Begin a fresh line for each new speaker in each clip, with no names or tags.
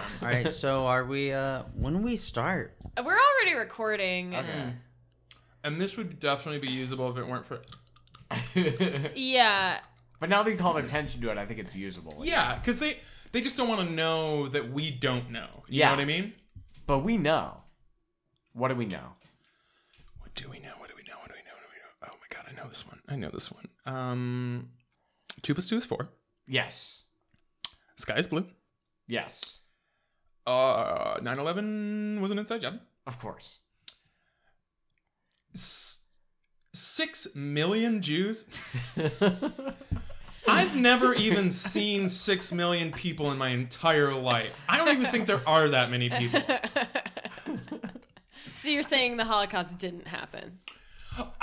All right, so are we? uh When do we start?
Uh,
We're already recording.
Okay.
And this would definitely be usable if it weren't for.
Yeah.
but now that you called attention to it, I think it's usable.
Yeah, because they they just don't want to know that we don't know. You
Yeah.
know what I mean?
But we know. What do we know?
What do we know? What do we know? What do we know? What do we know? Oh my god, I know this one. I know this one. Um, two plus two is four.
Yes.
Sky is blue.
Yes.
Uh, 9-11 was an inside job.
Of course.
S- six million Jews. I've never even seen six million people in my entire life. I don't even think there are that many people.
so you're saying the Holocaust didn't happen?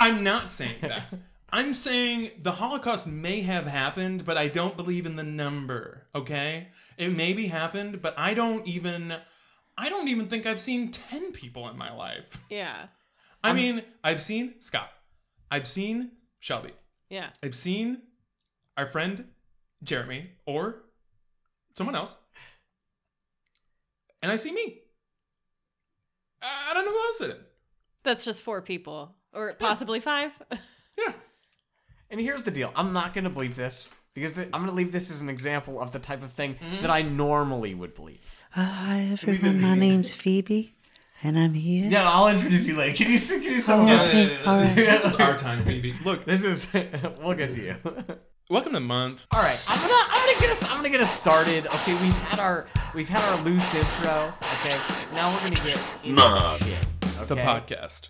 I'm not saying that. I'm saying the Holocaust may have happened, but I don't believe in the number, okay? It maybe happened, but I don't even I don't even think I've seen 10 people in my life.
Yeah.
I mean, I've seen Scott. I've seen Shelby.
Yeah.
I've seen our friend Jeremy or someone else. And I see me. I I don't know who else it is.
That's just four people, or possibly five.
Yeah.
And here's the deal. I'm not going to believe this because the, I'm going to leave this as an example of the type of thing that I normally would believe.
Hi everyone, my name's Phoebe, and I'm here.
Yeah, I'll introduce you later. Can you can you sum
Yeah,
up?
Okay, all right.
This is our time, Phoebe. Look,
This is we'll get to you.
welcome to the month.
All right, I'm gonna I'm gonna get us I'm gonna get us started. Okay, we've had our we've had our loose intro. Okay, now we're gonna get into the shit. Okay?
The podcast.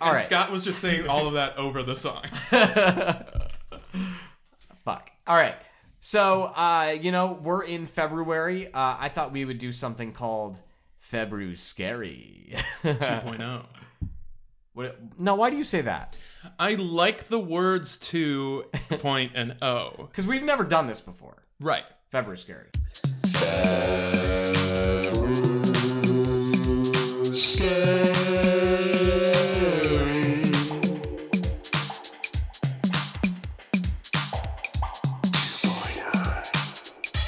All right,
Scott was just saying all of that over the song.
fuck. All right, so uh, you know we're in February. Uh, I thought we would do something called Febru Scary.
2.0.
What- no, why do you say that?
I like the words to point and O.
Because we've never done this before.
Right.
Febru Scary.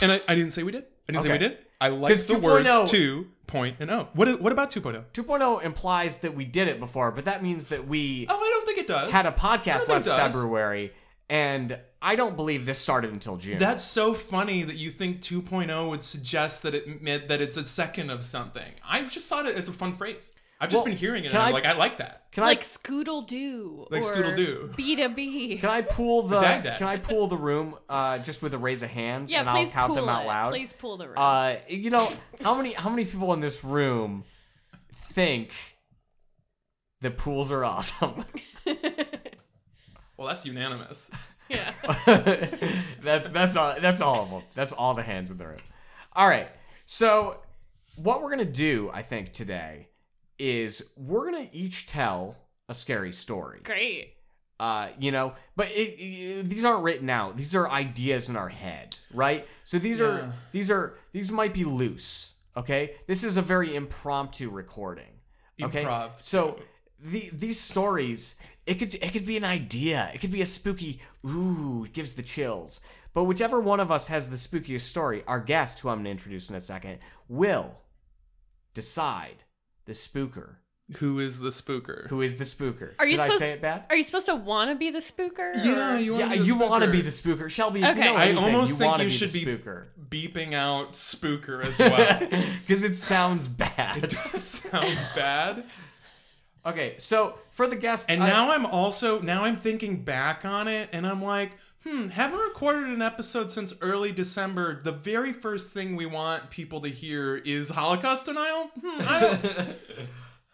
And I, I didn't say we did. I didn't say we
Okay.
did. I like
'Cause
the
2.0
words to point and O. What, what about oh? 2.0?
2.0 implies that we did it before, but that means that we
Oh, I don't think it does.
had a
I
podcast
think
last
it does.
February, and I don't believe this started until June.
That's so funny that you think 2.0 would suggest that it meant that it's a second of something. I just thought it as a fun phrase. I've just
Well,
been hearing it
can
and I'm
I-
like, I like that.
can
like
I
Scoodle Doo.
Like
or
Scoodle-Doo.
B to B.
can I pool the
Dag Dag.
can I pool the room uh, just with a raise of hands
Yeah,
and I'll
please
count
pull
them out
it.
loud.
Please pull the room.
Uh, you know how many how many people in this room think the pools are awesome?
Well, that's unanimous.
yeah.
that's that's all that's all of them. That's all the hands in the room. All right. So what we're gonna do, I think, today is we're gonna each tell a scary story.
Great.
uh, you know but it, it- these aren't written out these are ideas in our head right so these
Yeah.
are these are these might be loose okay this is a very impromptu recording okay
Improv.
so the, these stories it could it could be an idea it could be a spooky ooh it gives the chills but whichever one of us has the spookiest story our guest who i'm going to introduce in a second will decide the spooker
Who is the spooker?
who is the spooker
Are you
did i
supposed-
say it bad
Are you supposed to want to be the spooker?
Yeah,
or-
you want
Yeah,
to be the
you want to
spooker.
be the spooker, Shelby. If
Okay.
you know
I
anything,
almost
you
think
want to
you
be
should
the
be-
spooker
beeping out spooker as well.
because it sounds
it
bad.
does sound bad.
Okay, so for the guest,
And
I-
now I'm also now I'm thinking back on it and I'm like, hmm, haven't recorded an episode since early December. The very first thing we want people to hear is Holocaust denial. Hmm, I don't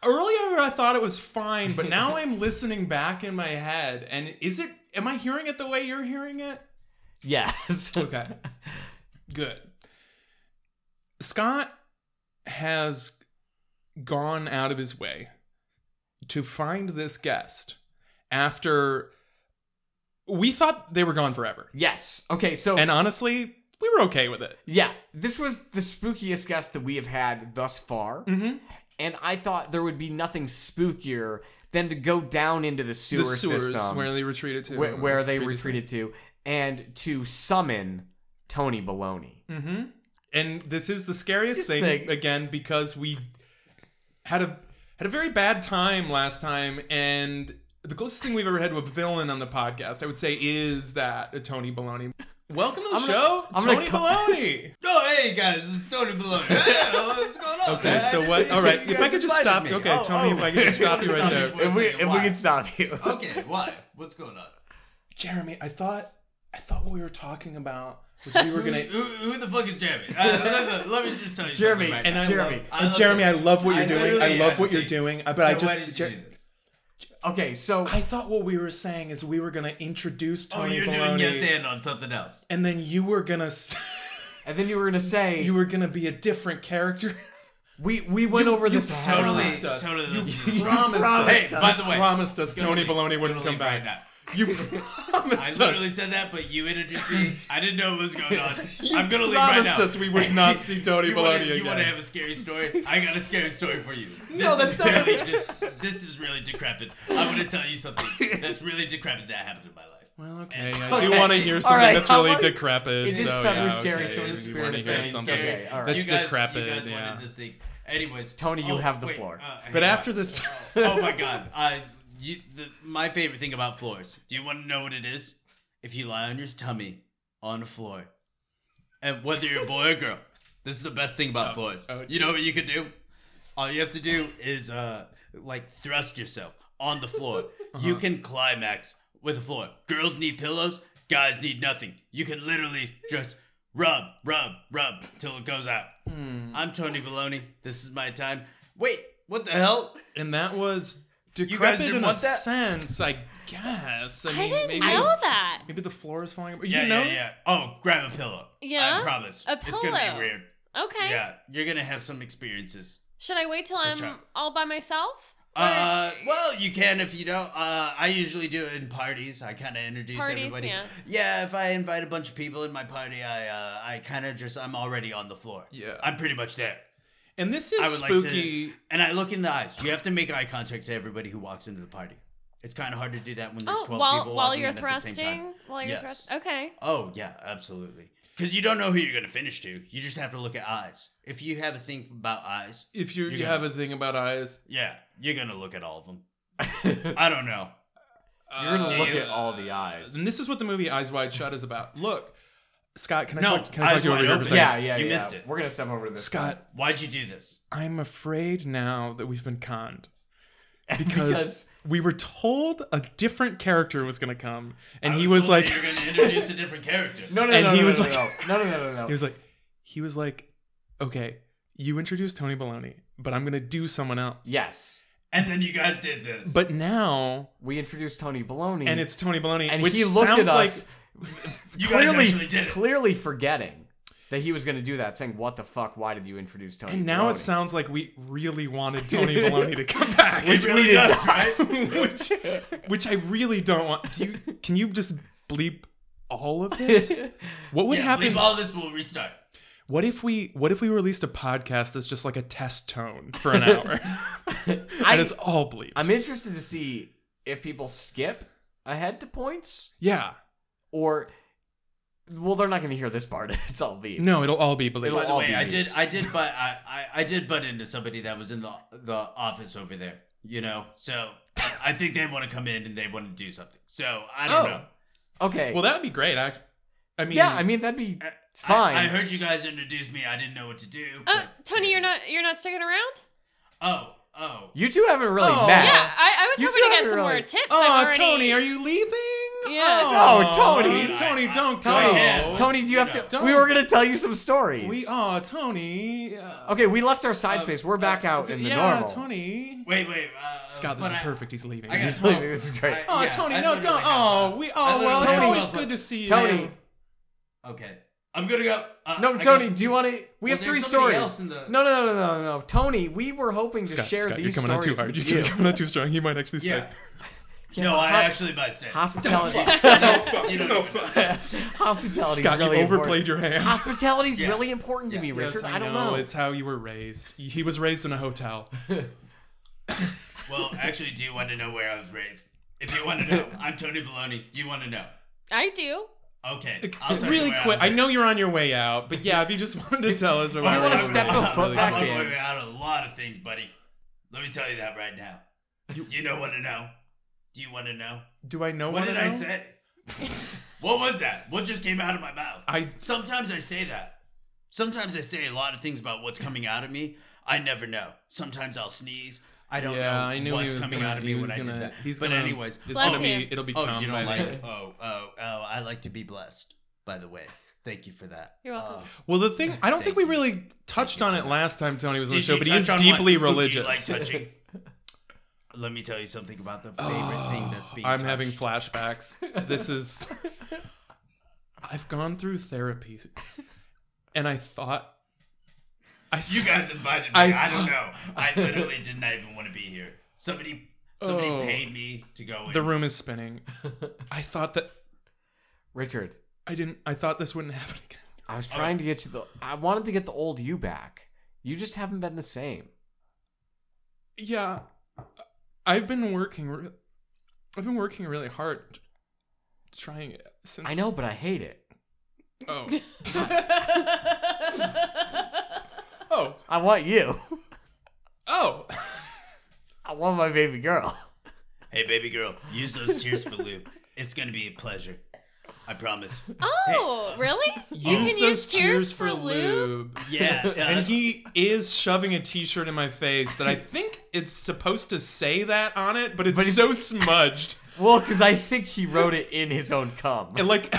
Earlier I thought it was fine, but now I'm listening back in my head and is it am I hearing it the way you're hearing it?
yes,
Okay. Good. Scott has gone out of his way to find this guest after we thought they were gone forever.
yes. Okay, so
And honestly, we were okay with it.
yeah, this was the spookiest guest that we have had thus far,
Mm-hmm.
and I thought there would be nothing spookier than to go down into the sewer
The sewers
system
where they retreated to.
wh- where they
previously.
retreated to and to summon Tony Baloney.
and this is the scariest
This
thing,
thing-
again because we had a had a very bad time last time and the closest thing we've ever had to a villain on the podcast i would say is that a tony baloney welcome to the
I'm gonna-
show
I'm
tony
gonna co-
baloney
Oh, hey guys, it's Tony Baloney. Hey, what's going on?
okay
man?
so
I
what
didn't
all right
think you
if i
guys
could just
invited
stop
me.
okay
Oh,
tony
oh.
if i could just stop you right
Stop
there
you for a
If we
second.
if we
Why?
could stop you.
Okay, why? What's going on?
jeremy i thought i thought what we were talking about was we were
Who,
gonna
who, who the fuck is Jeremy? Uh, listen, let me just tell you
Jeremy,
something right
and
now.
I
Jeremy,
love,
I
and
love
Jeremy,
it.
I love what
I
you're doing. I
literally
love
am
what you're
deep.
doing. But
so
I
why
just,
did you
Jer-
do this?
Okay, so
I thought what we were saying is we were gonna introduce
Oh,
Tony
you're
Baloney,
doing yes and on something else.
and then you were gonna s
and then you were gonna say
you were gonna be a different character.
we we went over
you
this ahead of
Totally,
time.
promised us.
totally. listen.
You promised us.
Hey, by the way,
promised us
gonna
Tony
leave.
Baloney wouldn't
Gonna
come
leave
back.
right now.
You promised
I
us.
literally said that, but you introduced me. I didn't know what was going on. I'm gonna leave right
promised
now.
us we would not see Tony
you wanna-
Baloney
You want to
again.
have a scary story? I got a scary story for you. This
No, that's
is
not-
really just. This is really decrepit. I want to tell you something that's really decrepit that happened in my life.
Well, okay.
And-
I do
Okay.
want to hear
All
something
right,
that's
I
really
wanna-
decrepit.
It is
so,
very
yeah,
scary,
okay,
so it
you
is
wanna
very
hear
scary.
something
Okay, all right.
That's
you guys,
decrepit.
You guys
yeah.
wanted this thing. Anyways,
Tony, you
oh,
have the
wait,
floor.
uh, hang
But
on.
after this,
oh my god, I you, the, my favorite thing about floors. Do you want to know what it is? If you lie on your tummy on a floor, and whether you're a boy or girl, this is the best thing about floors.
oh,
you know what you could do? All you have to do is uh like thrust yourself on the floor.
Uh-huh.
You can climax with the floor. Girls need pillows, guys need nothing. You can literally just rub, rub, rub till it goes out.
Hmm.
I'm Tony Baloney. This is my time. Wait, what the hell?
and that was decrepit
didn't
in a
want that?
sense, I guess. I,
I
mean,
didn't
maybe,
know that.
Maybe the floor is falling apart.
Yeah,
you know?
yeah, yeah. Oh, grab a pillow.
Yeah?
I promise.
A
It's gonna
pillow.
be weird.
Okay.
Yeah, you're gonna have some experiences.
Should I wait till
Let's
I'm
try.
all by myself? Or-
Uh, well, you can if you don't. Uh, I usually do it in parties. I kind of introduce
Parties,
everybody.
yeah.
if I invite a bunch of people in my party, I uh, I kind of just I'm already on the floor.
Yeah.
I'm pretty much there.
And this is
I would
spooky.
like to, and I look in the eyes. You have to make eye contact to everybody who walks into the party. It's kind of hard to do that when there's
oh,
twelve
while
people
while
walking
you're
in at the same time.
thrusting, while you're
Yes.
thrusting. Okay.
Oh yeah, absolutely. Because you don't know who you're gonna finish to. You just have to look at eyes. If you have a thing about eyes,
if you
You're
you
gonna-
have a thing about eyes,
yeah, you're gonna look at all of them. I don't know.
You're gonna
uh,
look at all the eyes.
And this is what the movie Eyes Wide Shut is about. Look, Scott, can I
No,
talk, can I talk
Eyes
to you over
Wide
here for a
Open.
second?
yeah, yeah,
You
yeah.
missed it.
We're gonna step over to this.
Scott,
Why'd you do this?
I'm afraid now that we've been conned. Because,
Because-
we were told a different character was gonna come, and
I
he
was
was
told that
like,
"You're gonna introduce a different character."
No, no,
And
no,
he
no,
was
no,
like-
no, no, no, no, no, no.
he was like, he was like, okay, you introduced Tony Baloney, but I'm gonna do someone else.
yes,
And then you guys did this.
But now,
we introduced Tony Baloney,
and it's Tony Baloney,
Mm. and
which
he looked
sounds
at us
You guys actually
clearly,
did it.
clearly forgetting that he was gonna do that, saying, "What the fuck? Why did you introduce Tony?"
like, and now
Baloney?"
it sounds like we really wanted Tony Baloney to come back.
It really does, right?
which, which I really don't want. Do you, can you just bleep all of this? What would
yeah,
happen?
bleep all this will restart.
what if we What if we released a podcast that's just like a test tone for an hour,
I-
and it's all bleep?
I'm interested to see if people skip ahead to points
yeah,
or. Well, they're not going to hear this part. It's all beeps.
no, it'll all be bleep.
It'll
By the
all
way,
be
I did,
used.
I did, but I, I, I did butt into somebody that was in the the office over there. You know, so I think they want to come in and they want to do something. So I don't
Oh.
know.
Okay.
well, that would be great. I, I mean,
yeah, I mean that'd be
uh, I-
fine.
I, heard you guys introduce me. I didn't know what to do.
Uh,
but-
Tony, you're not you're not sticking around.
Oh, oh.
you two haven't really
Oh.
met.
Yeah, I, I was
You
hoping to
two
get some
really-
more tips.
Oh,
I've already...
Tony, are you leaving?
Yeah.
Oh, Tony.
Tony, don't
Tony,
go.
Oh. Yeah. oh.
Tony, do you
You
have to?
know.
We were gonna tell you some stories.
We are Tony. Uh,
Okay, we left our side
uh,
space. We're back
uh,
out in the
yeah,
normal.
Tony.
Wait, wait. Uh,
Scott, this
but
is
I-
perfect. He's leaving.
I
He's
got
leaving.
12.
This is great.
I-
Oh,
yeah,
Tony,
I
no,
literally
don't.
have-
Oh, we.
I
Oh,
literally
well, it's
have
always
12.
good to see you.
Tony,
Okay, I'm gonna go. Uh, I
no,
got
Tony,
some-
do you want to? We
Well,
have three
there's somebody
stories.
else in the-
No, no, no, no, no, no. Tony, we were hoping to
Scott,
share
Scott,
these
you're coming out too
stories
hard.
with
You're
you.
coming out too strong. He might actually stay.
Yeah. No, I actually might stay.
Hospitality,
You don't even know.
hospitality.
Scott,
is really
you overplayed
important.
your hand.
Hospitality's
Yeah.
really important to me,
Yes,
Richard. I don't
know.
know.
It's how you were raised. He was raised in a hotel.
Well, actually, do you want to know where I was raised? If you want to know, I'm Tony Baloney. Do you want to know?
I do.
Okay, I'll tell you
really
where
quick.
I,
I know you're on your way out, but yeah, if you just wanted to tell us about where
you wanna
we're
step
at,
a
it's
foot
really
back
quick.
in.
I'm on my way out of a lot of things, buddy. Let me tell you that right now. Do you know what to know? Do you want to know?
Do I know
What
what,
did
I
I
know?
say? what was that? What just came out of my mouth?
I
Sometimes I say that. Sometimes I say a lot of things about what's coming out of me. I never know. Sometimes I'll sneeze. I don't
yeah,
know
I knew
what's
he was
coming
gonna,
out of
he
me
was
when
gonna,
I did that.
He's
but
gonna,
anyways,
it's
Bless
gonna be
him.
it'll be
oh,
calm
you don't
by
like?
then.
Oh, oh, oh! I like to be blessed. By the way, thank you for that.
You're welcome.
Uh,
Well, the thing I don't
Thank
think we
you.
really touched on it last time Tony was on the
Did
show,
you
but he is
touch on what
deeply
who do you
religious.
like touching? Let me tell you something about the favorite thing that's being.
Oh, I'm having
touched.
flashbacks. This is. I've gone through therapy, and I thought. I
You guys invited me.
I-
I, don't know. I literally did not even want to be here. Somebody, somebody
Oh.
paid me to go in.
The room is spinning. I thought that
Richard,
I didn't. I thought this wouldn't happen again.
I was trying to get you the. I wanted to get the old you back. You just haven't been the same.
Yeah, I've been working. Re- I've been working really hard, trying it since.
I know, but I hate it.
Oh,
That's
oh,
I want you.
oh!
I want my baby girl.
hey, baby girl, use those tears for lube. It's gonna be a pleasure. I promise.
oh, really? You can use tears, for, lube.
Yeah. uh,
And he is shoving a T-shirt in my face that I think it's supposed to say that on it, but it's,
But it's-
so smudged
Well, because I think he wrote it in his own cum.
and like.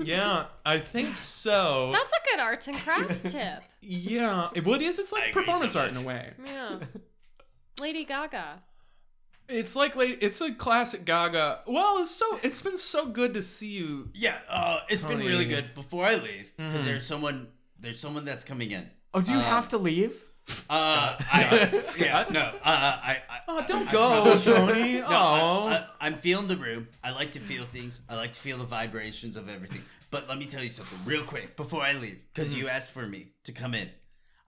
yeah, I think so.
That's a good arts and crafts tip.
Yeah, it, well, it is. It's
I
like
agree so
performance art in a
much.
way.
Yeah. Lady Gaga.
It's like like, it's a classic Gaga. Well, it's so it's been so good to see you.
yeah. Uh, it's been really
Tony.
good. Before I leave, because
Mhm.
there's someone, there's someone that's coming in.
Oh, do you have to leave?
Uh, I,
Scott.
yeah, no, uh, I, I,
Oh, don't
I- I
go,
promise you.
Tony.
No,
Oh.
I, I, am feeling the room. I like to feel things. I like to feel the vibrations of everything. But let me tell you something real quick before I leave, because you asked for me to come in.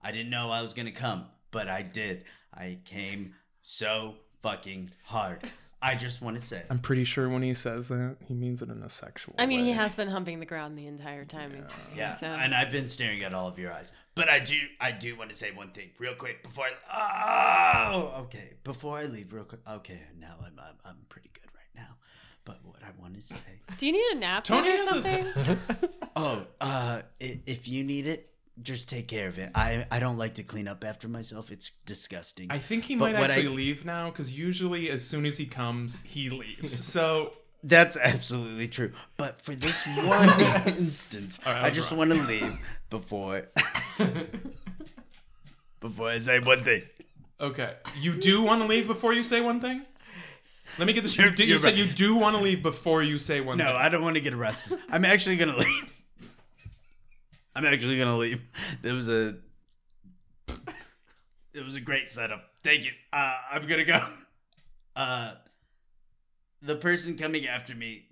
I didn't know I was gonna come, but I did. I came so fucking hard. I just want to say,
I'm pretty sure when he says that, he means it in a sexual.
I mean, he
way.
has been humping the ground the entire time. he's-
yeah,
so-
and I've been staring at all of your eyes. But I do, I do want to say one thing real quick before I. Oh, okay. Before I leave, real quick. Okay, now I'm, I'm, I'm pretty good right now. But what I want to say.
Do you need a napkin
Tony
or
has a-
something?
Oh, uh, i- if you need it, just take care of it. I I don't like to clean up after myself. It's disgusting.
I think he
But
might
what I-
actually leave now because usually as soon as he comes, he leaves. So
That's absolutely true. But for this one instance,
All right,
I
I'm
just
wrong.
want to leave before before I say one thing.
okay, you do want to leave before you say one thing. Let me get this. You,
You're-
did- you
you're
said
right.
you do want to leave before you say one
No,
thing.
I don't want to get arrested. I'm actually gonna leave. I'm actually gonna leave. There was a it was a great setup. Thank you. Uh, I'm gonna go. Uh, the person coming after me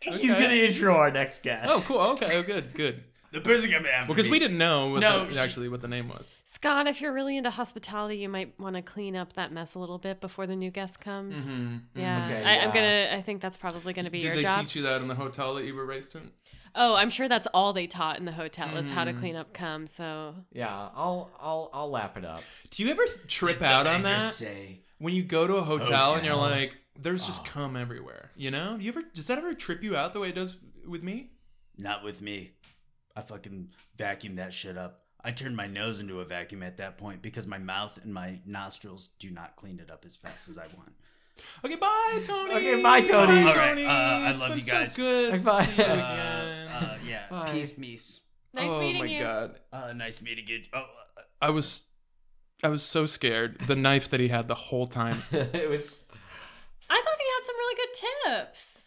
He's
Okay.
going to intro our next guest.
Oh, cool. Okay. Oh, good. Good.
The person coming after
Because we
me.
didn't know what
No,
the-
she-
actually what the name was.
Scott, if you're really into hospitality, you might want to clean up that mess a little bit before the new guest comes.
Mm-hmm.
Yeah,
Okay,
I,
yeah.
I'm gonna. I think that's probably gonna be
Did
your
they
job.
teach you that in the hotel that you were raised in?
oh, I'm sure that's all they taught in the hotel is how
Mm-hmm.
to clean up cum. So
Yeah, I'll, I'll, I'll lap it up.
Do you ever trip
Did
out on
somebody
that
Just say,
when you go to a hotel, and you're
Hotel.
like, "There's just cum everywhere." You know? Do you ever does that ever trip you out the way it does with me?
Not with me. I fucking vacuum that shit up. I turned my nose into a vacuum at that point because my mouth and my nostrils do not clean it up as fast as I want.
Okay, bye, Tony.
Okay, bye, Tony.
Bye,
All right,
Tony.
uh, I
It's
love
been
you guys.
So good. to
Bye.
see you
Uh,
again.
Uh, uh, yeah.
Bye.
Peace, peace.
nice
oh
meeting
my
you.
god,
Uh, nice meeting you. Oh, uh,
I was, I was so scared. The knife that he had the whole time.
it was.
I thought he had some really good tips.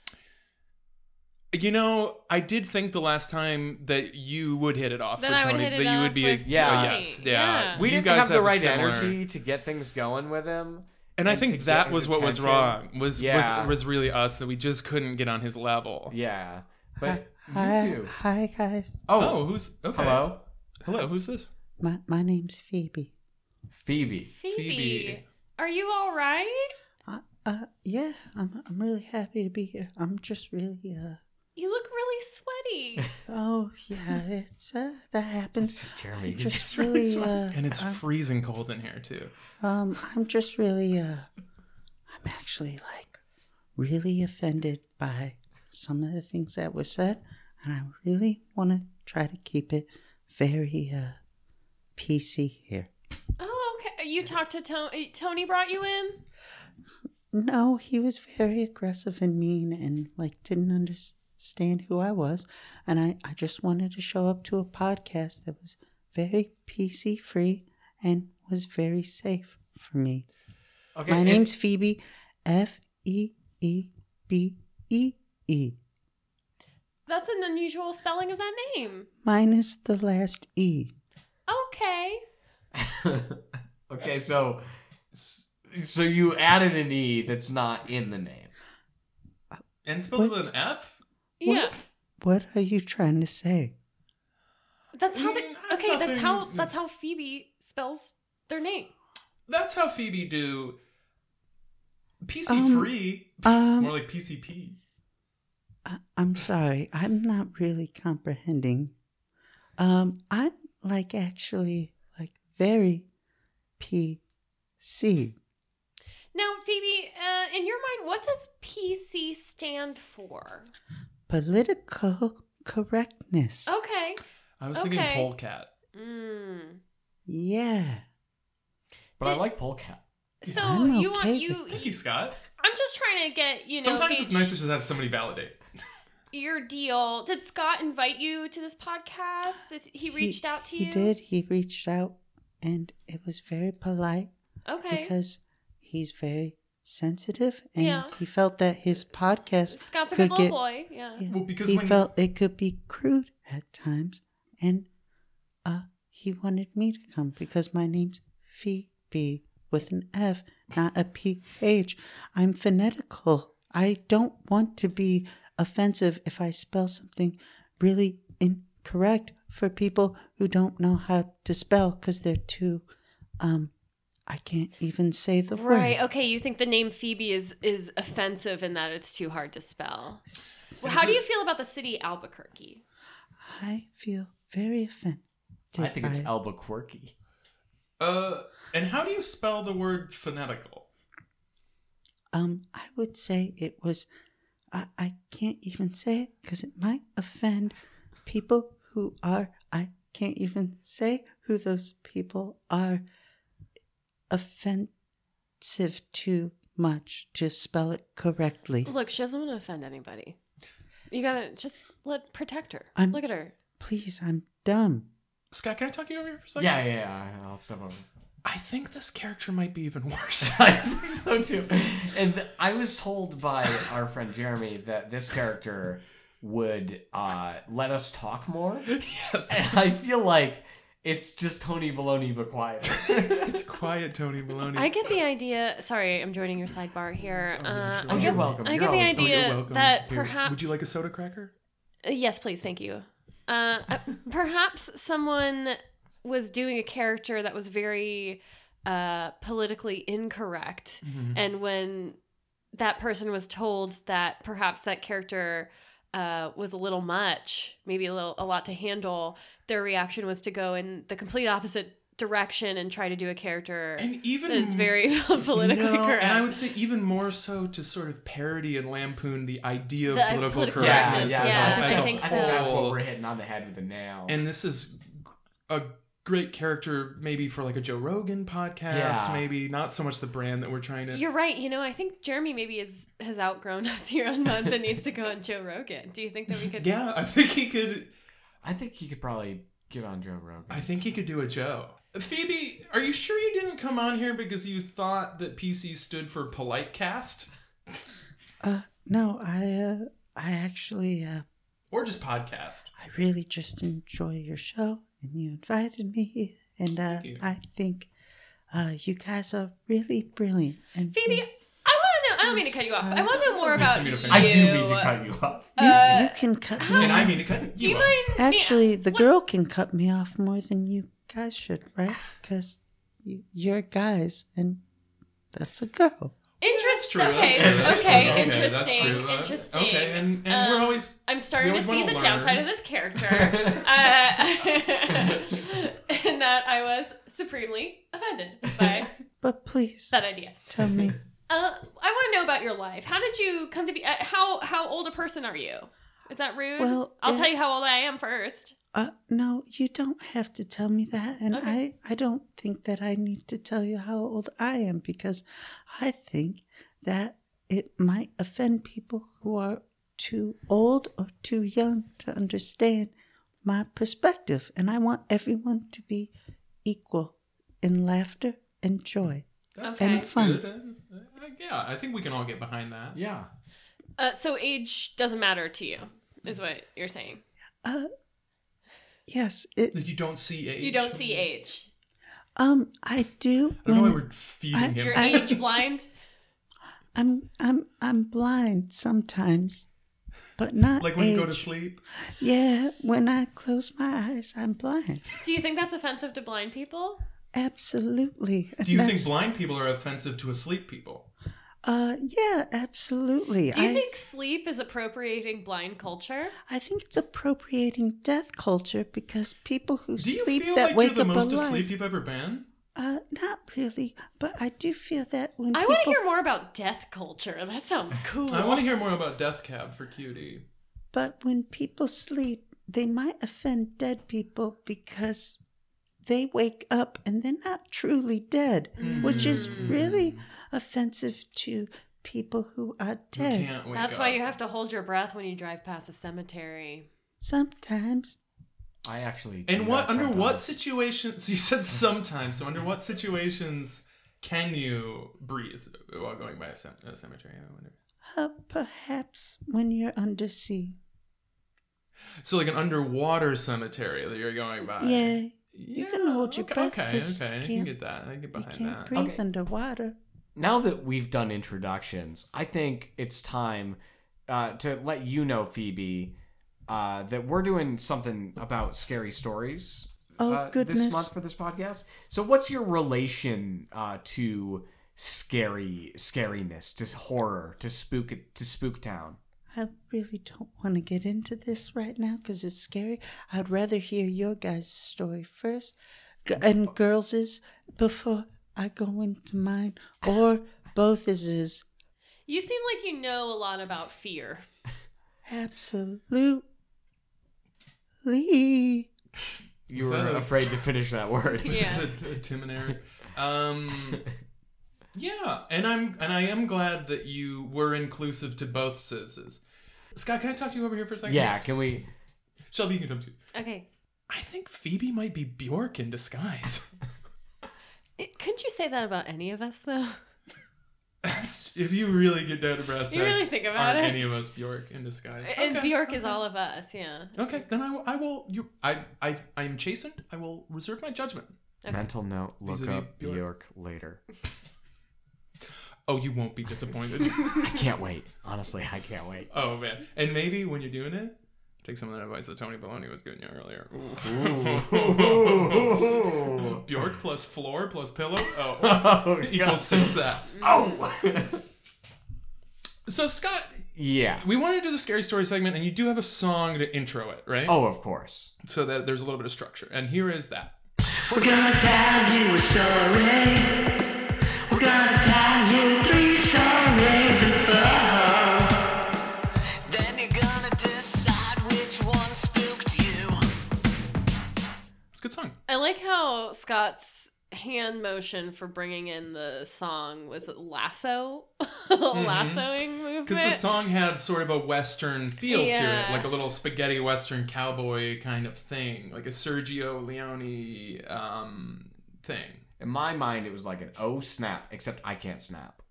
You know, I did think the last time that you would hit it off
Then
for
I would
Tony,
hit it
that you
off
would be, a,
with
Yeah.
yeah, yes,
Tony.
yeah.
Yeah.
We
You
didn't
guys
have the
a
right
similar-
energy to get things going with him.
And, I
and to
think
get
that
his
was what was
attention.
wrong. Was,
Yeah.
was was really us that we just couldn't get on his level.
Yeah, but
Hi,
you too.
hi guys.
Oh,
Oh,
who's okay.
hello,
Hello, who's this?
My my name's Phoebe.
Phoebe.
Phoebe,
Phoebe.
are you all right?
I, Uh, yeah, I'm, I'm really happy to be here. I'm just really, uh,
You look really sweaty.
oh, yeah, it's, uh, that happens.
It's just Jeremy.
I'm
He's
just
just really
really,
sweaty.
uh,
And it's
I'm,
freezing cold in here too.
um, I'm just really, uh, I'm actually, like, really offended by some of the things that were said, and I really want to try to keep it very, uh, PC here.
oh, okay. You talked to Tony. eh, Tony brought you in.
No, he was very aggressive and mean and like didn't understand who I was. And I, I just wanted to show up to a podcast that was very PC free and was very safe for me.
Okay,
My
and-
name's Phoebe, F E E B E E,
That's an unusual spelling of that name.
minus the last E.
Okay.
okay, so so you added an e that's not in the name.
And spelled with an F?
Yeah.
What are you trying to say?
That's how. The,
Mm, I
okay. That's
nothing-
how. That's how Phoebe spells their name.
That's how Phoebe do PC
Um,
free.
um,
More like PCP.
I- I'm sorry, I'm not really comprehending. Um, I'm like actually like very PC.
Now, Phoebe, uh, in your mind, what does PC stand for?
Political correctness.
Okay.
I was thinking
okay.
polecat.
Mm.
Yeah.
But I
Did-
like polecat.
So
I'm
you want
okay
you?
Thank you, Scott.
I'm just trying to get you know.
Sometimes it's
gauge
nice to just have somebody validate.
your deal. Did Scott invite you to this podcast? Is, he reached out to you.
He did. He reached out and it was very polite
Okay.
because he's very sensitive and
Yeah.
he felt that his podcast
Scott's a
could
good little
get
boy. Yeah.
Yeah,
Well, because
he
when-
felt it could be crude at times, and uh, he wanted me to come because my name's Phoebe with an F, not a PH. I'm phonetical. I don't want to be offensive if I spell something really incorrect for people who don't know how to spell because they're too. Um, I can't even say the word.
Right. Okay. You think the name Phoebe is is offensive in that it's too hard to spell. Well, how do you feel about the city Albuquerque?
I feel very offended.
I think it's
by-
Albuquerque.
Uh, and how do you spell the word phonetical?
Um, I would say it was. I, I can't even say it because it might offend people who are. I can't even say who those people are. Offensive too much to spell it correctly.
Look, she doesn't want to offend anybody. You gotta just let protect her.
I'm-
Look at her.
Please, I'm dumb.
Scott, can I talk to you over here for a second?
Yeah, yeah, yeah. I'll step over.
I think this character might be even worse.
I think so too. And th- I was told by our friend Jeremy that this character would uh, let us talk more.
yes.
And I feel like it's just Tony Baloney but quieter.
It's quiet, Tony Maloney.
I get the idea. Sorry, I'm joining your sidebar here. Uh,
Oh,
I
you're
get,
welcome.
I
You're
get the
always-
Oh,
idea that perhaps.
Would you like a soda cracker?
Uh, yes, please. Thank you. Uh, uh, perhaps someone was doing a character that was very uh, politically incorrect,
Mm-hmm.
and when that person was told that perhaps that character uh, was a little much, maybe a little a lot to handle, their reaction was to go in the complete opposite direction and try to do a character
And even
that is very politically
Hmm. No,
correct.
And I would say even more so to sort of parody and lampoon the idea of
The
political,
political correctness,
correctness. as
yeah,
a-
I
as a
think
I think that's what
whole.
we're hitting on the head with the nail.
And this is a great character, maybe for like a Joe Rogan podcast,
Yeah.
maybe not so much the brand that we're trying to.
You're right. You know, I think Jeremy maybe is has outgrown us here on Month and needs to go on Joe Rogan. Do you think that we could?
yeah, I think he could.
I think he could probably get on Joe Rogan.
I think he could do a Joe. Phoebe, are you sure you didn't come on here because you thought that PC stood for polite cast
Uh, no, I, uh, I actually, uh,
or just podcast?
I really just enjoy your show, and you invited me, and uh,
you.
I think uh, you guys are really brilliant. And
Phoebe, I want to know. I don't mean to cut you off. But I want to know more about
Sounds
you.
like
I do mean to cut you off.
you,
Uh,
you can cut me.
And
off.
I mean to cut you.
Do you
off.
mind? me-
Actually, the
what-
girl can cut me off more than you guys should, right? Because you're guys, and that's a girl.
Interest.
True, that's
okay.
true, that's
okay.
true.
Interesting.
that's true. Uh,
Interesting.
Okay, and, and we're
Um,
always
I'm starting
we
to
always
see the
wanna learn.
downside of this character, uh, and that I was supremely offended by
But please
that idea.
tell me.
Uh, I want to know about your life. How did you come to be? Uh, how how old a person are you? Is that rude?
Well,
I'll
it-
tell you how old I am first.
Uh, no, you don't have to tell me that. And
Okay.
I, I don't think that I need to tell you how old I am because I think that it might offend people who are too old or too young to understand my perspective. And I want everyone to be equal in laughter and joy.
that's
Okay.
that's
Fun.
good. Uh, yeah, I think we can all get behind that.
Yeah.
Uh, so age doesn't matter to you, is what you're saying.
Uh, yes, it,
Like you don't see age.
You don't see age.
um, I do.
I don't know why
when-
we're feeding
I-
him.
You're
I-
age blind.
I'm, I'm, I'm blind sometimes, but not
like when you go to
age.
sleep.
Yeah, when I close my eyes, I'm blind.
Do you think that's offensive to blind people?
Absolutely.
Do you
That's-
think blind people are offensive to asleep people?
Uh, yeah, absolutely.
Do you
I,
think sleep is appropriating blind culture?
I think it's appropriating death culture because people who
Do you
sleep
feel
that
like
wake
you're the
up
most
alive.
asleep you've ever been?
Uh, not really, but I do feel that when
I
people
want to hear more about death culture. That sounds
Oh,
cool.
I want to hear more about Death Cab for Cutie.
but when people sleep, they might offend dead people because they wake up and they're not truly dead, which is
Hmm.
really offensive to people who are
You
dead.
can't wake
That's why
up.
you have to hold your breath when you drive past a cemetery.
Sometimes
I actually. do
And what
that
under what
sometimes.
situations? You said sometimes. So under what situations can you breathe while going by a, cem- a cemetery? I wonder.
Uh, perhaps when you're undersea.
So like an underwater cemetery that you're going by.
yeah, you can
Yeah,
hold your
okay,
breath
Okay,
'cause
okay,
you
I can
can't-
get that. I can get
you
behind
can't
that.
breathe
Okay.
underwater.
now that we've done introductions, I think it's time uh, to let you know, Phoebe, uh, that we're doing something about scary stories.
Oh,
uh, This
goodness.
month for this podcast. So, what's your relation uh, to scary, scariness, to horror, to spook, to Spook Town?
I really don't want to get into this right now because it's scary. I'd rather hear your guys' story first g- and girls' before I go into mine or both is
You seem like you know a lot about fear.
absolutely.
You
Mm. Was
were
that a-
afraid to finish that word.
Yeah.
Tim and Eric. Um, yeah, and I'm and I am glad that you were inclusive to both citizens. Scott, can I talk to you over here for a second?
yeah. Can we?
Shelby, you can come too.
Okay.
I think Phoebe might be Bjork in disguise.
It, couldn't you say that about any of us, though?
if you really get down to brass
You really
tacks,
think about
aren't
it.
any of us Bjork in disguise?
And
Okay,
Bjork is
okay. Oh.
all of us, yeah.
Okay, then I will. I will you, I, I, I am chastened. I will reserve my judgment.
Okay.
Mental note: look
Vis-a-vis
up
Bjork.
Bjork later.
Oh, you won't be disappointed.
I can't wait. Honestly, I can't wait.
Oh man! And maybe when you're doing it, take some of that advice that Tony Baloney was giving you earlier. Bjork plus floor plus pillow oh,
Oh,
equals success.
Oh.
So Scott,
yeah.
we want to do the scary story segment, and you do have a song to intro it, right?
Oh, of course.
So that there's a little bit of structure, and here is that.
We're gonna tell you a story. We're gonna tell you three stories in four. Then you're gonna decide which one spooked you.
It's a good song.
I like how Scott's hand motion for bringing in the song was lasso, lassoing movement.
Because Mm-hmm. the song had sort of a western feel to
Yeah.
it, like a little spaghetti western cowboy kind of thing, like a Sergio Leone um, thing.
In my mind, it was like an oh snap, except I can't snap.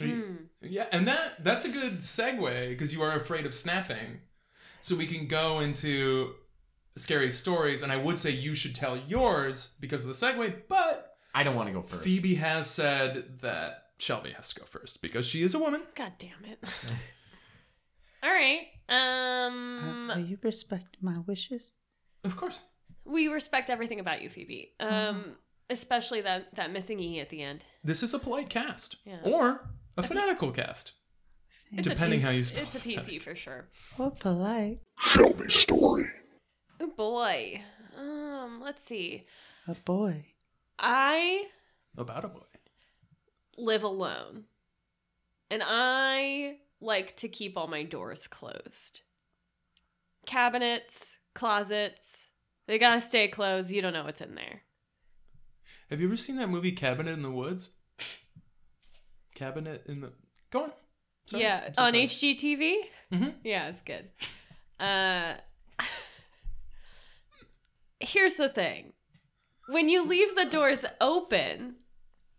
Mm.
Yeah, and that that's a good segue because you are afraid of snapping, so we can go into scary stories. And I would say you should tell yours because of the segue, but
I don't want to go first.
Phoebe has said that Shelby has to go first because she is a woman.
God damn it. All right.
Uh,
Um,
will you respect my wishes?
Of course.
we respect everything about you, Phoebe.
Uh-huh.
Um, especially that that missing e at the end.
This is a polite cast.
Yeah.
Or A fanatical cast.
It's a
Depending
P-
how you spell
It's a PC for sure.
Or polite.
Oh boy. Um, let's see.
A boy.
I
About a boy.
live alone. And I like to keep all my doors closed. Cabinets, closets, they gotta stay closed. You don't know what's in there.
Have you ever seen that movie Cabinet in the Woods? Cabinet in the. Go on. Sorry.
yeah,
I'm so
on
sorry.
HGTV.
Mhm.
Yeah, it's good. Uh, here's the thing: when you leave the doors open,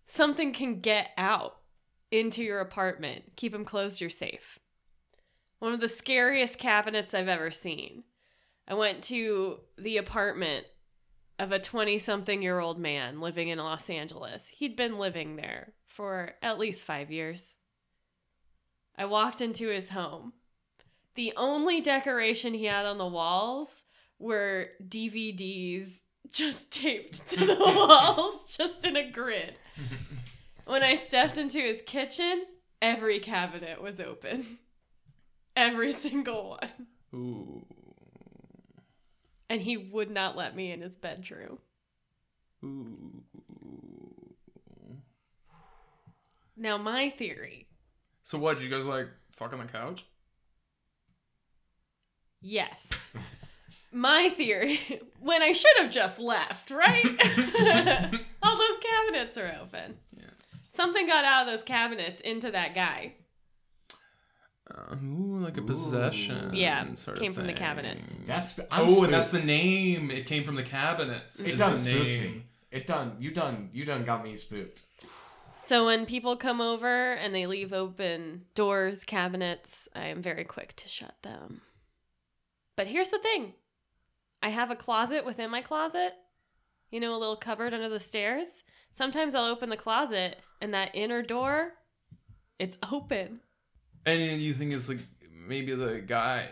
something can get out into your apartment. Keep them closed; you're safe. One of the scariest cabinets I've ever seen. I went to the apartment of a 20 something year old man living in Los Angeles. He'd been living there for at least five years. I walked into his home. The only decoration he had on the walls were DVDs just taped to the walls, just in a grid. When I stepped into his kitchen, every cabinet was open. Every single one.
Ooh.
And he would not let me in his bedroom.
Ooh.
Now, my theory
So what? You guys like fuck on the couch?
Yes. My theory, when I should have just left, right? All those cabinets are open.
Yeah.
Something got out of those cabinets into that guy.
Uh, ooh, like a possession.
Yeah,
sort
came
of
from the
thing.
cabinets.
That's
oh,
I'm
and that's the
spooked.
name. It came from the cabinets.
It
is
done
the
spooked
name.
me. It done. You done. You done got me spooked.
So when people come over and they leave open doors, cabinets, I am very quick to shut them. But here's the thing I have a closet within my closet, you know, a little cupboard under the stairs. Sometimes I'll open the closet and that inner door, it's open.
And you think it's like maybe the guy.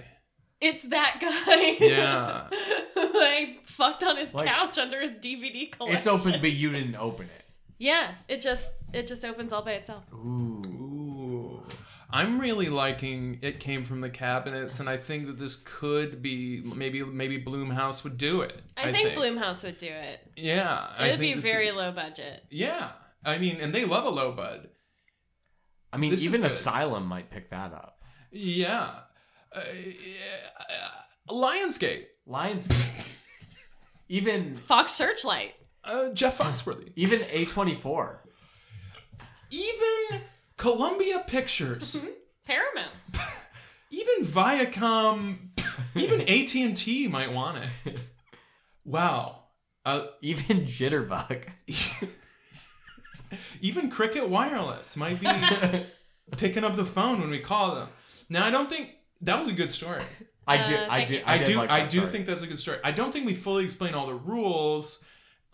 It's that guy.
Yeah.
I fucked on his
Like-
couch under his DVD collection.
It's open, but you didn't open it.
Yeah, it just it just opens all by itself.
Ooh.
Ooh. I'm really liking it came from the cabinets, and I think that this could be maybe maybe Bloomhouse would do it.
I, think, Bloomhouse would do it.
Yeah,
It would be
this
very
would-
low budget.
Yeah, I mean, and they love a low bud.
I mean,
This is
even
good.
Asylum might pick that up.
Yeah, uh, yeah. uh, Lionsgate,
Lions. even
Fox Searchlight.
uh, Jeff Foxworthy,
even A24.
even Columbia Pictures,
Mm-hmm. Paramount.
even Viacom, even AT and T might want it. Wow. Uh,
Even Jitterbug.
Even Cricket Wireless might be picking up the phone when we call them. Now I don't think that was a good story.
I do.
Uh,
I
thank
do.
you.
I,
I,
did
do
Like
I
that
do
story.
think that's a good story. I don't think we fully explain all the rules.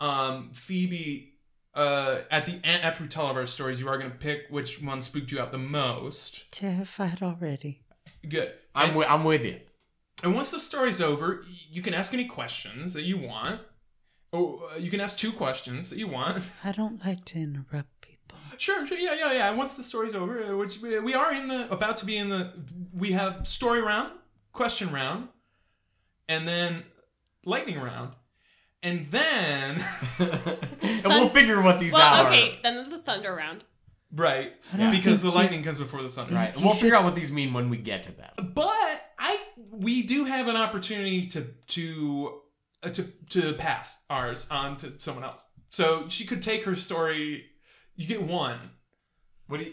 Um, Phoebe, uh, at the end after we tell all of our stories, you are gonna pick which one spooked you out the most.
Terrified already.
Good.
I'm. wi- I'm with you.
And once the story's over, y- you can ask any questions that you want. Oh, uh, you can ask two questions that you want.
I don't like to interrupt people.
Sure, sure, yeah, yeah, yeah. Once the story's over, uh, which we we are in the about to be in the, we have story round, question round, and then lightning round, and then
and we'll figure what these
Well,
out.
okay, then the Thunder Round.
right
don't
because
think
the
you-
lightning comes before the thunder.
Right. And we'll figure out what these mean when we get to them.
But I we do have an opportunity to to uh, to to pass ours on to someone else, so she could take her story. You get one.
What do you?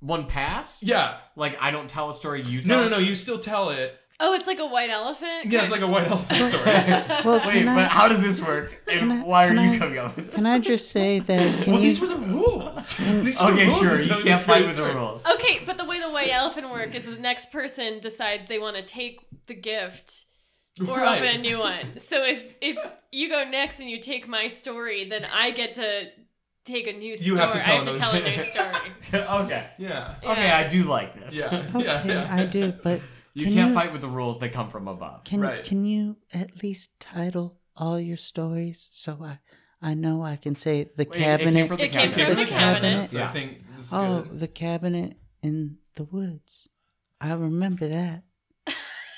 One pass?
Yeah.
Like I don't tell a story. You tell.
No,
a
no, no.
story?
You still tell it.
Oh, it's like a white elephant.
Yeah, it's like a white elephant story.
Well,
Wait,
can
but
I,
how does this work? And
can I-
why are
can
you
I-
coming up with this?
can I just say that? Can
Well,
you,
these were the rules. These were the
okay,
rules
sure.
as
You
telling
can't fight
story.
with the rules.
Okay, but the way the white elephant work is the next person decides they want to take the gift or
Right.
open a new one. So if if you go next and you take my story, then I get to take a new story.
You have to
I
tell
have to
another
tell a
story.
new story.
okay.
Yeah.
Okay,
Yeah.
I do like this.
Yeah.
okay,
yeah, yeah.
I do, but
You
can
can't
you,
fight with the rules; they come from above.
Can
Right.
can you at least title all your stories so I I know I can say the
Wait, it came
cabinet?
from
It came
It came
from the
from the cabinets.
cabinets.
I think This is
Oh,
good.
the cabinet in the woods. I remember that.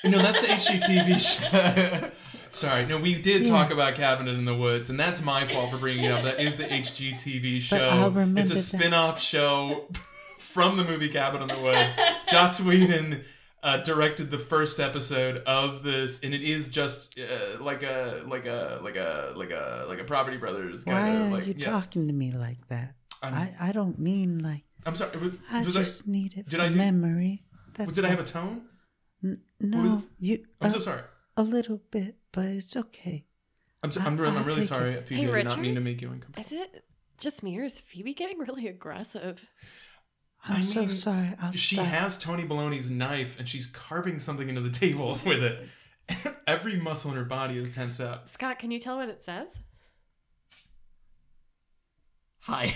No, that's the HGTV show. Sorry. No, we did talk about Cabinet in the Woods, and that's my fault for bringing it up. That is the HGTV show.
I remember
it's a
that.
spin-off show from the movie Cabin in the Woods. Joss Whedon uh, directed the first episode of this, and it is just uh, like a like a like a like a like a Property Brothers kind
Why
of
are
like.
you
yeah.
talking to me like that?
I'm,
I, I don't mean like
I'm sorry. Was,
I
was
just need it
did
for
I do-
memory.
I,
That's
did I have a
all.
tone?
N- no? You
I'm
a,
so sorry.
a little bit, but it's okay.
I'm, so,
I-
I'm, really, I'm
I'll
really
take
sorry.
it.
Phoebe,
Hey,
I did not mean
Richard?
to make you uncomfortable.
Is it just me or is Phoebe getting really aggressive?
I'm
I
so
mean,
sorry. I'll
she
stop.
has Tony Baloney's knife and she's carving something into the table with it. Every muscle in her body is tense up.
Scott, can you tell what it says?
Hi.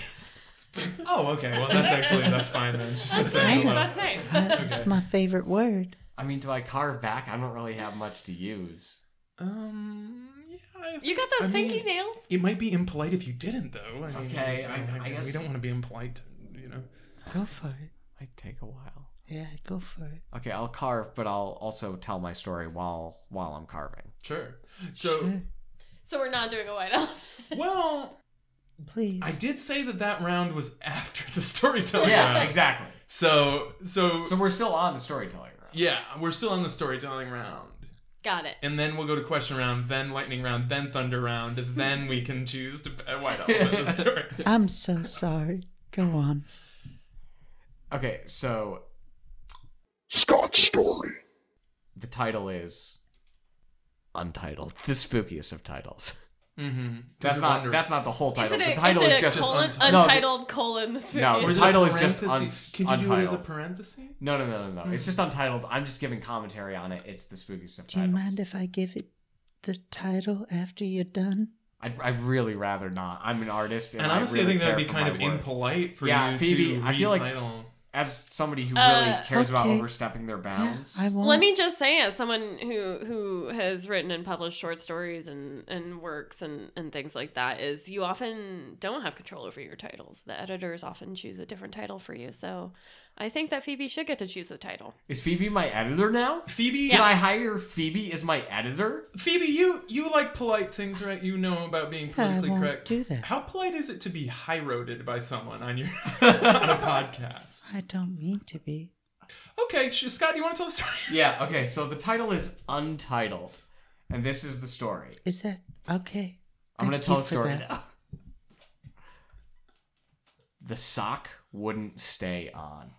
Oh, okay. Well, that's actually that's fine then. She's just saying hello.
That's nice.
Uh, It's my favorite word.
I mean, do I carve back? I don't really have much to use.
Um, yeah. I-
You got those
I mean,
pinky nails?
It might be impolite if you didn't, though. I mean,
Okay,
it's-
I- I
we
guess-
don't want to be impolite, you know.
Go for it.
Might take a while.
Yeah, go for it.
Okay, I'll carve, but I'll also tell my story while while I'm carving.
Sure. So,
Sure.
So we're not doing a white elephant.
well,
Please.
I did say that that round was after the storytelling round.
exactly.
So, so,
So we're still on the storytelling round.
yeah, we're still on the storytelling round.
Got it.
and then we'll go to question round, then lightning round, then thunder round, then we can choose to uh, white elephant the story.
I'm so sorry. Go on.
Okay, so
Scott's story.
the title is untitled, the spookiest of titles.
Mm-hmm.
That's not that's not the whole
Is
title.
it a,
the title
is
is,
it a
just
colon,
untitled.
No, the-
untitled colon the spooky?
No,
is-
the title is just uns-
Can you do it as a
untitled.
parenthesis?
No, no, no, no, no. It's
Hmm.
just untitled. I'm just giving commentary on it. It's the spookiest of
Do you
titles.
mind if I give it the title after you're done?
I'd, I'd really rather not. I'm an artist, and,
And honestly, I,
really
think that'd
care
be
for
kind
my
of
work.
impolite for
Yeah,
you
Phoebe,
to
I feel like-
retitle.
As somebody who
Uh,
really cares about
okay.
overstepping their bounds,
Yeah, I won't.
Let me just say, as someone who who has written and published short stories and and works and and things like that, is you often don't have control over your titles. The editors often choose a different title for you. So, I think that Phoebe should get to choose a title.
is Phoebe my editor now?
Phoebe,
Did I hire Phoebe as my editor?
Phoebe, you you like polite things, right? You know about being
I
politically
won't
correct.
do that.
How polite is it to be high roaded by someone on your on a podcast?
I don't mean to be.
Okay, sh- Scott, do you want to tell the story?
Yeah. Okay. So the title is untitled, and this is the story.
Is that okay?
I'm gonna
Thank
tell
you
a
for
story
that.
now. The sock wouldn't stay on.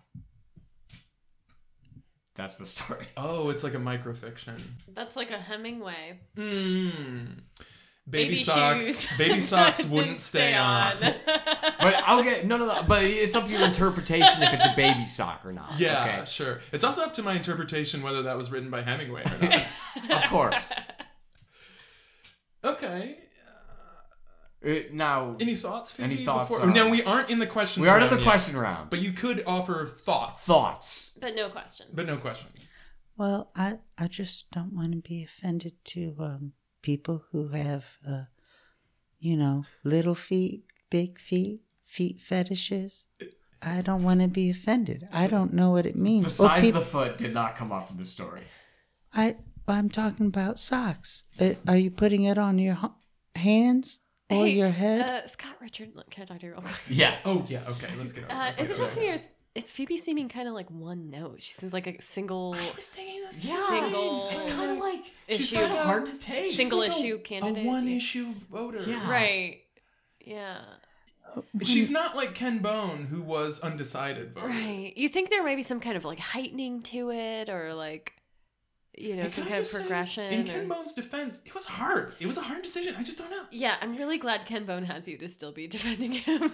That's the story.
Oh, it's like a microfiction.
That's like a Hemingway.
Mm. Baby,
Baby
socks.
shoes.
Baby socks
Didn't
wouldn't stay on.
But I'll get no, no, no. But it's up to your interpretation if it's a baby sock or not.
Yeah, sure. It's also up to my interpretation whether that was written by Hemingway or not.
Okay. Of course.
okay.
Uh, now
Any thoughts? Phoebe,
Any thoughts
Before...
on-
No, we aren't in the question.
we are to
round
the
yet,
question round.
But you could offer thoughts.
Thoughts.
but no question.
But no questions.
Well, I I just don't want to be offended to um, people who have, uh, you know, little feet, big feet, feet fetishes. I don't want to be offended. I don't know what it means.
The
Or
size
peop-
of the foot did not come up in the story.
I I'm talking about socks. Uh, Are you putting it on your h- hands or
Hey,
your head?
Uh, Scott Richard, look, can I talk to you real quick?
Yeah.
Oh yeah. Okay. Let's get.
Uh,
over
is it just me or is, is Phoebe seeming kind of like one note? She seems like a single
Yeah.
Single-
It's kind of like
issue,
kind of hard to take.
single
like a-
issue
A
candidate.
one issue voter.
Yeah.
Right. Yeah.
She's not like Ken Bone, who was undecided voter.
Right. You think there might be some kind of like heightening to it or like, you know,
And
some
can I
kind of
just say,
progression?
in Ken
or-
Bone's defense, it was hard. It was a hard decision. I just don't know.
Yeah, I'm really glad Ken Bone has you to still be defending him.